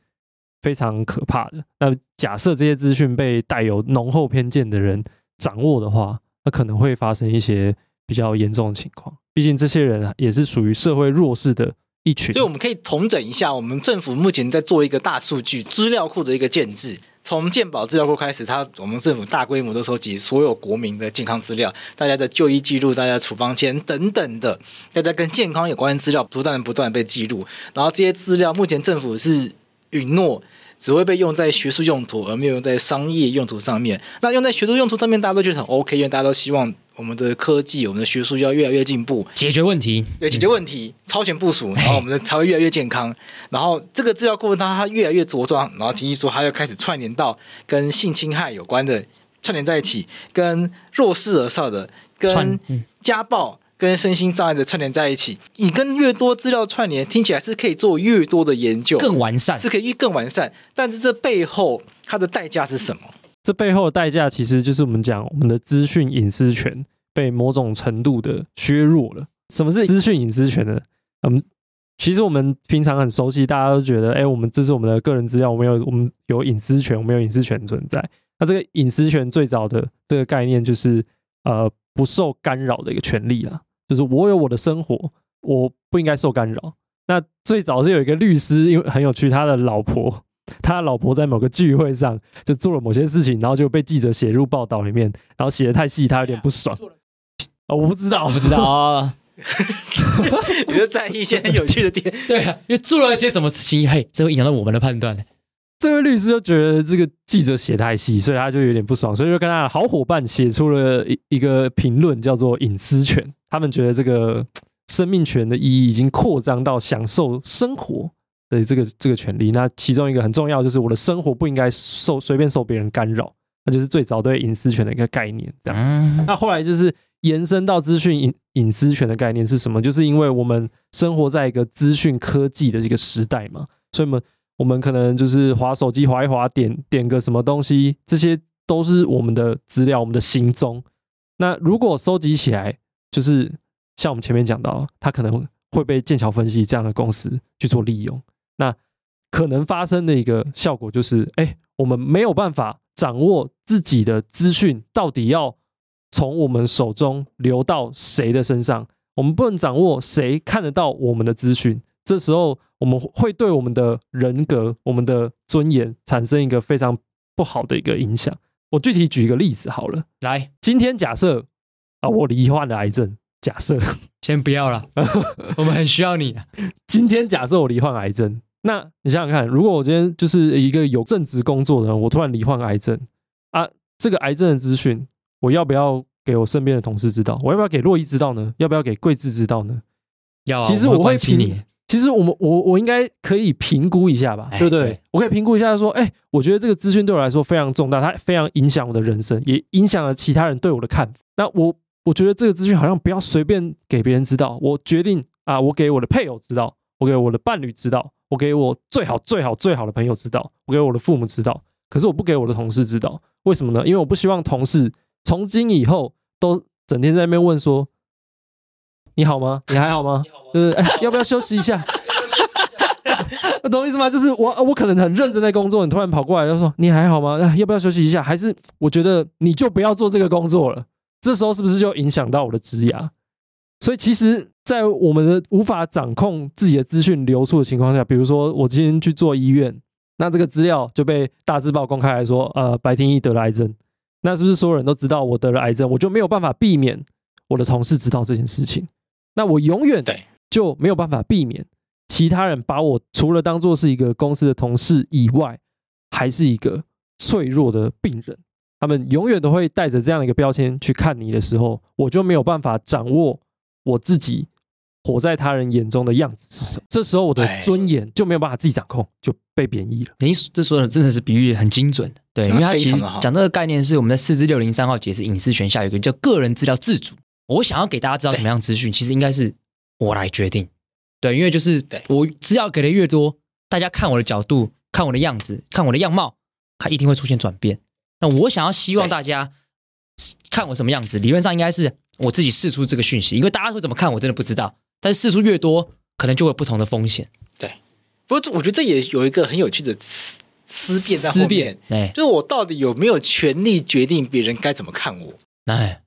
非常可怕的。那假设这些资讯被带有浓厚偏见的人掌握的话，那可能会发生一些比较严重的情况。毕竟这些人啊也是属于社会弱势的一群
所以。我们可以统整一下，我们政府目前在做一个大数据资料库的一个建制。从健保资料库开始，它我们政府大规模的收集所有国民的健康资料，大家的就医记录、大家的处方签等等的，大家跟健康有关的资料不断不断地被记录。然后这些资料，目前政府是允诺只会被用在学术用途，而没有用在商业用途上面。那用在学术用途上面，大家都觉得很 OK，因为大家都希望我们的科技、我们的学术要越来越进步，
解决问题，
对，解决问题，超前部
嗯
署，然后我们的才会越来越健康。然后这个资料库它它越来越茁壮，然后提议说它要开始串联到跟性侵害有关的串联在一起，跟弱势而少的，跟
串
嗯
家暴。跟身心障碍的串联在一起，你跟越多资料串联，听起来是可以做越多的研究，
更完善
是。可以越更完善。但是这背后它的代价是什么？
这背后的代价其实就是我们讲我们的资讯隐私权被某种程度的削弱了。什么是资讯隐私权呢？嗯，其实我们平常很熟悉，大家都觉得，哎，我们这是我们的个人资料，我们有我们有隐私权，我们有隐私权存在。那这个隐私权最早的这个概念就是，呃，不受干扰的一个权利啦，就是我有我的生活，我不应该受干扰。那最早是有一个律师，因为很有趣，他的老婆，他老婆在某个聚会上就做了某些事情，然后就被记者写入报道里面，然后写的太细，他有点不爽。哦，我不知道，我不知
知道。啊？
你就在意一些很有趣的点，
对啊，因为做了一些什么事情，嘿，这会影响到我们的判断。
这位律师就觉得这个记者写太细，所以他就有点不爽，所以就跟他的好伙伴写出了一一个评论，叫做“隐私权”。他们觉得这个嘖生命权的意义已经扩张到享受生活的这个这个权利。那其中一个很重要就是我的生活不应该受随便受别人干扰，那就是最早对隐私权的一个概念。这样，
嗯，
那后来就是延伸到资讯隐隐私权的概念是什么？就是因为我们生活在一个资讯科技的一个时代嘛，所以我们我们可能就是划手机划一划，点点个什么东西，这些都是我们的资料，我们的行踪。那如果收集起来，就是像我们前面讲到，它可能会被剑桥分析这样的公司去做利用。那可能发生的一个效果就是，哎，我们没有办法掌握自己的资讯到底要从我们手中流到谁的身上，我们不能掌握谁看得到我们的资讯。这时候，我们会对我们的人格、我们的尊严产生一个非常不好的一个影响。我具体举一个例子好了，
来，
今天假设啊，我罹患了癌症，假设
先不要了，我们很需要你。啊
今天假设我罹患癌症，那你想想看，如果我今天就是一个有正职工作的人，我突然罹患癌症啊，这个癌症的资讯，我要不要给我身边的同事知道？我要不要给洛伊知道呢？要不要给桂枝知道呢？
要啊，
其实
我
我会
关心
评
你。
其实我们我我应该可以评估一下吧，
哎
对不对？
对
我可以评估一下，说，哎、我觉得这个资讯对我来说非常重大，它非常影响我的人生，也影响了其他人对我的看法。那我我觉得这个资讯好像不要随便给别人知道，我决定啊，我给我的配偶知道，我给我的伴侣知道，我给我最好最好最好的朋友知道，我给我的父母知道，可是我不给我的同事知道，为什么呢？因为我不希望同事从今以后都整天在那边问说：“你好吗？你还好吗？就是、哎 要不要休息一下？” 懂我意思吗？就是我呃我可能很认真在工作，你突然跑过来就说：“你还好吗？啊要不要休息一下？”还是我觉得你就不要做这个工作了。这时候是不是就影响到我的职涯？所以其实，在我们的无法掌控自己的资讯流出的情况下，比如说我今天去做医院，那这个资料就被大字报公开来说，呃，白天一得了癌症，那是不是所有人都知道我得了癌症，我就没有办法避免我的同事知道这件事情？那我永远
对
就没有办法避免其他人把我除了当做是一个公司的同事以外，还是一个脆弱的病人。他们永远都会带着这样的一个标签去看你的时候，我就没有办法掌握我自己活在他人眼中的样子是什么。这时候我的
哎
尊严就没有办法自己掌控，就被贬义了。
您这说的真的是比喻很精准的，对，因
讲
为
得
它其
非
实
常的好
讲这个概念是我们在四至六零三号解释隐私权下有一个叫个人资料自主，我想要给大家知道什么样的资讯，其实应该是我来决定，对，因为就是
对
我资料给的越多，大家看我的角度、看我的样子、看我的样貌，它一定会出现转变。那我想要希望
对
大家看我什么样子，理论上应该是我自己试出这个讯息，因为大家会怎么看我真的不知道，但是试出越多，可能就会有不同的风险。
不过这我觉得这也有一个很有趣的思思辨在后
思辨
面，，
哎
就是我到底有没有权利决定别人该怎么看我？
哎，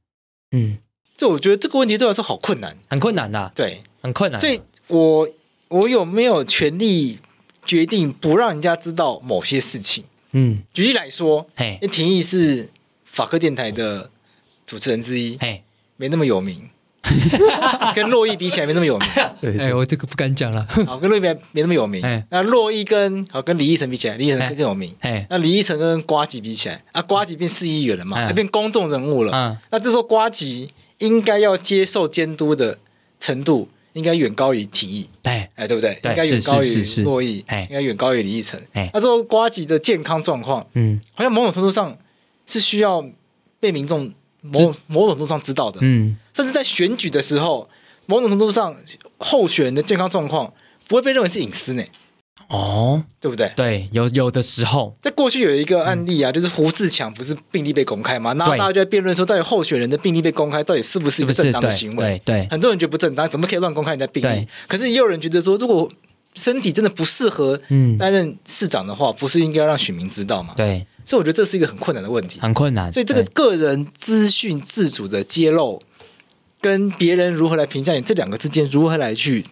嗯，
这我觉得这个问题对我来说好困难。
很困难呐、
对，
很困难啊、
所以我我有没有权利决定不让人家知道某些事情？
嗯，
举例来说，
嘿
因，为廷义是法科电台的主持人之一，
嘿，
没那么有名，跟洛伊比起来没那么有名。
对，
哎，我这个不敢讲了，
好，跟洛伊没没那么有名
哎。
那洛伊跟好跟李依晨比起来，李依晨
哎
更更有名。
嘿，
那李依晨跟瓜吉比起来，啊，瓜吉变市议员了嘛，
哎
他变公众人物了。
嗯，
那这时候瓜吉应该要接受监督的程度，应该远高于廷义，
哎，
哎，对不对？
对
应该远高
是是
于
是是
洛伊，
哎
应该远高于李依晨。
哎
那这时候瓜吉的健康状况，
嗯
好像某种程度上是需要被民众某某种程度上知道的，
嗯，
甚至在选举的时候，某种程度上候选人的健康状况不会被认为是隐私呢，
哦，
对不对？
对，有有的时候，
在过去有一个案例啊，就是胡志强不是病例被公开嘛，那
嗯对
大家就在辩论说，到底候选人的病例被公开到底是不是
是
一
不
个
是？
正当的
对
行为？
对对，
很多人觉得不正当，怎么可以乱公开人家病例
对？
可是也有人觉得说，如果身体真的不适合
嗯，
担任市长的话，不是应该让选民知道吗？
对，
所以我觉得这是一个很困难的问题。
很困难。
所以这个
对
个人资讯自主的揭露，跟别人如何来评价你这两个之间如何来去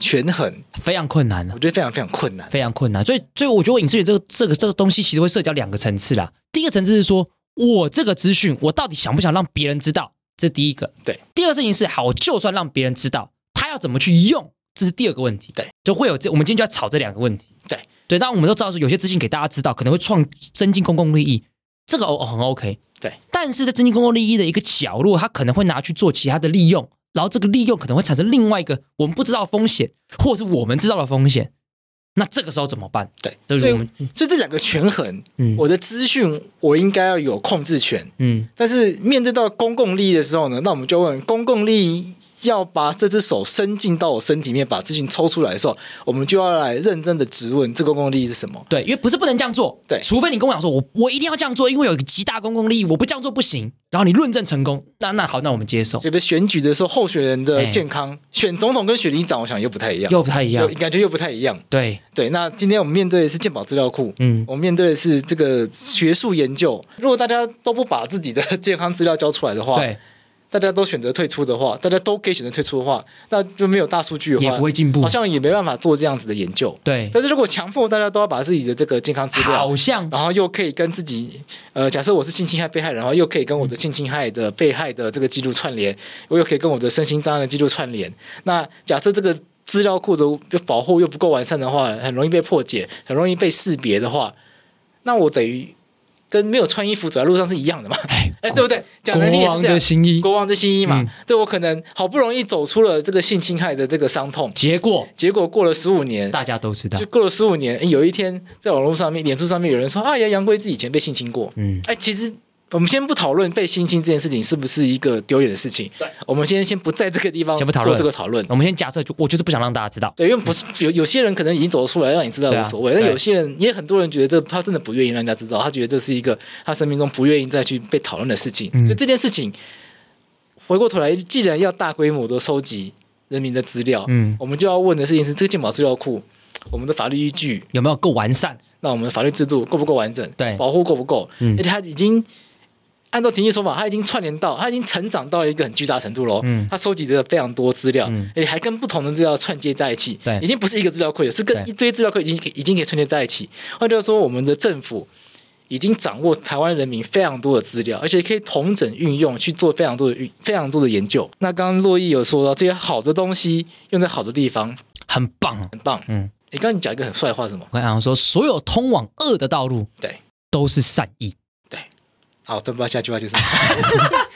权衡，
非常困难啊
我觉得非常非常困难。
非常困难。所以，所以我觉得隐私权这个这个这个东西其实会涉及到两个层次啦。第一个层次是说我这个资讯，我到底想不想让别人知道，这是第一个。
对。
第二个事情是，好，我就算让别人知道，他要怎么去用，这是第二个问题。
对，
就会有这，我们今天就要吵这两个问题。
对
对，当然我们都知道说，有些资讯给大家知道，可能会创增进公共利益，这个哦很 OK。
对，
但是在增进公共利益的一个角落，他可能会拿去做其他的利用，然后这个利用可能会产生另外一个我们不知道的风险，或者是我们知道的风险。那这个时候怎么办？
对，
就是
所以
我们，
所以这两个权衡，
嗯
我的资讯我应该要有控制权，
嗯，
但是面对到公共利益的时候呢，那我们就问公共利益。要把这只手伸进到我身体里面，把资讯抽出来的时候，我们就要来认真的质问这公共利益是什么？
对，因为不是不能这样做，
对
除非你跟我讲说，我我一定要这样做，因为有一个极大公共利益，我不这样做不行。然后你论证成功，那那好，那我们接受，
所以在选举的时候，候选人的
哎
健康，选总统跟选里长，我想又不太一样，
又不太一样
又，感觉又不太一样。
对，
对，那今天我们面对的是鉴宝资料库，
嗯，
我们面对的是这个学术研究。如果大家都不把自己的健康资料交出来的话，
对，
大家都选择退出的话，大家都可以选择退出的话，那就没有大数据的
也
话
不，会进步
好，像也没办法做这样子的研究。
对，
但是如果强迫大家都要把自己的这个健康资料，
好像
然后又可以跟自己，呃，假设我是性侵害被害人，然后又可以跟我的性侵害的被害的这个记录串联，我又可以跟我的身心障碍的记录串联。那假设这个资料库的就保护又不够完善的话，很容易被破解，很容易被识别的话，那我等于跟没有穿衣服走在路上是一样的嘛？
哎，
哎， 对不对？讲难听
国
也是
王
这
的
样。
新衣，
国王的新衣嘛，
嗯
对我可能好不容易走出了这个性侵害的这个伤痛，
结果
结果过了十五年，
大家都知道
就，过了十哎五年，诶有一天在网络上面、脸书上面有人说啊，杨洋贵自己以前被性侵过。
嗯，
哎，其实我们先不讨论被性侵这件事情是不是一个丢脸的事情，对，我们先先不在这个地方
先不讨论
做这个讨论。
我们先假设，就我就是不想让大家知道，
对，因为不是有有些人可能已经走出来，让你知道
对
无
啊
所谓，但有些人也很多人觉得这他真的不愿意让人家知道，他觉得这是一个他生命中不愿意再去被讨论的事情。
嗯
所以这件事情，回过头来，既然要大规模的收集人民的资料，
嗯，
我们就要问的事情是：这个鉴宝资料库，我们的法律依据，
有没有够完善？
那我们的法律制度够不够完整？
对
保护够不够？
嗯
而且它已经按照庭议说法，它已经串联到，它已经成长到一个很巨大的程度喽。
嗯
它收集了非常多资料，
嗯
而且还跟不同的资料串接在一起。
对
已经不是一个资料库了，是跟
对
一堆资料库已经已经可以串接在一起。换句话说，我们的政府。已经掌握台湾人民非常多的资料，而且可以统整运用去做非常多的运非常多的研究。那刚刚洛伊有说到，这些好的东西用在好的地方
很棒哦！
很棒。
嗯，
你刚刚你讲一个很帅的话是什么？
我跟阿阳说，所有通往恶的道路，
对，
都是善意。
好，真不知道下句话就是什么。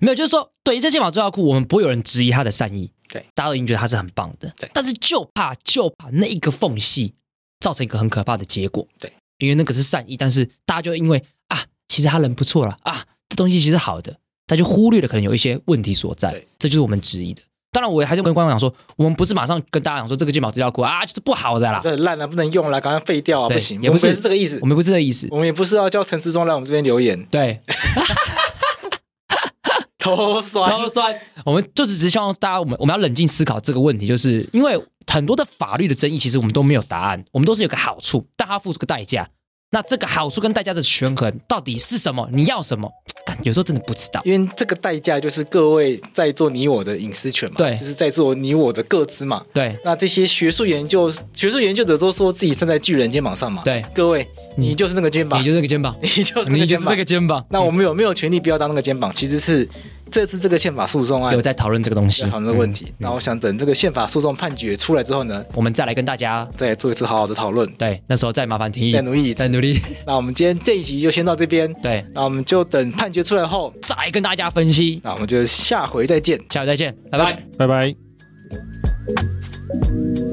没有，就是说，对于这件宝资料库，我们不会有人质疑他的善意。
对，
大家都已经觉得他是很棒的。
对
但是就怕就怕那一个缝隙造成一个很可怕的结果。
对，
因为那个是善意，但是大家就因为啊，其实他人不错了啊，这东西其实好的，他就忽略了可能有一些问题所在
对。
这就是我们质疑的。当然，我还是跟官方讲说，我们不是马上跟大家讲说这个鉴宝资料库啊就是不好的啦，
这烂了不能用了，赶快废掉啊！
对
不行，
也不是
我们是这个意思
我，们不是这个意思。
我们也不是要叫陈思忠来我们这边 留言
对，
头
然
酸
后。酸，我们就是只是希望大家，我们我们要冷静思考这个问题，就是因为很多的法律的争议，其实我们都没有答案，我们都是有个好处，但它付出个代价。那这个好处跟代价的权衡到底是什么？你要什么？感有时候真的不知道。
因为这个代价就是各位在做你我的隐私权嘛，
对
就是在做你我的各自嘛。
对
那这些学术研究，学术研究者都说自己站在巨人肩膀上嘛。，
对，嗯
各位，你就是那个肩膀
你，就是那个肩膀，
你就是
你就是
肩膀
那个。肩膀。
那我们有没有权利不要当那个肩膀？其实是这次这个宪法诉讼案
有在嗯讨论这个东西
在，讨论的问题。那我想等这个宪法诉讼判决出来之后呢，
我们再来跟大家
再做一次好好的讨论，
对那时候再麻烦提议
再，努力一
嗯再
次。
努力，
那我们今天这一集就先到这边。
对，
那我们就等判决出来后，
再跟大家分析。
那我们就下回再见。
下回再见，拜拜。
拜拜。
拜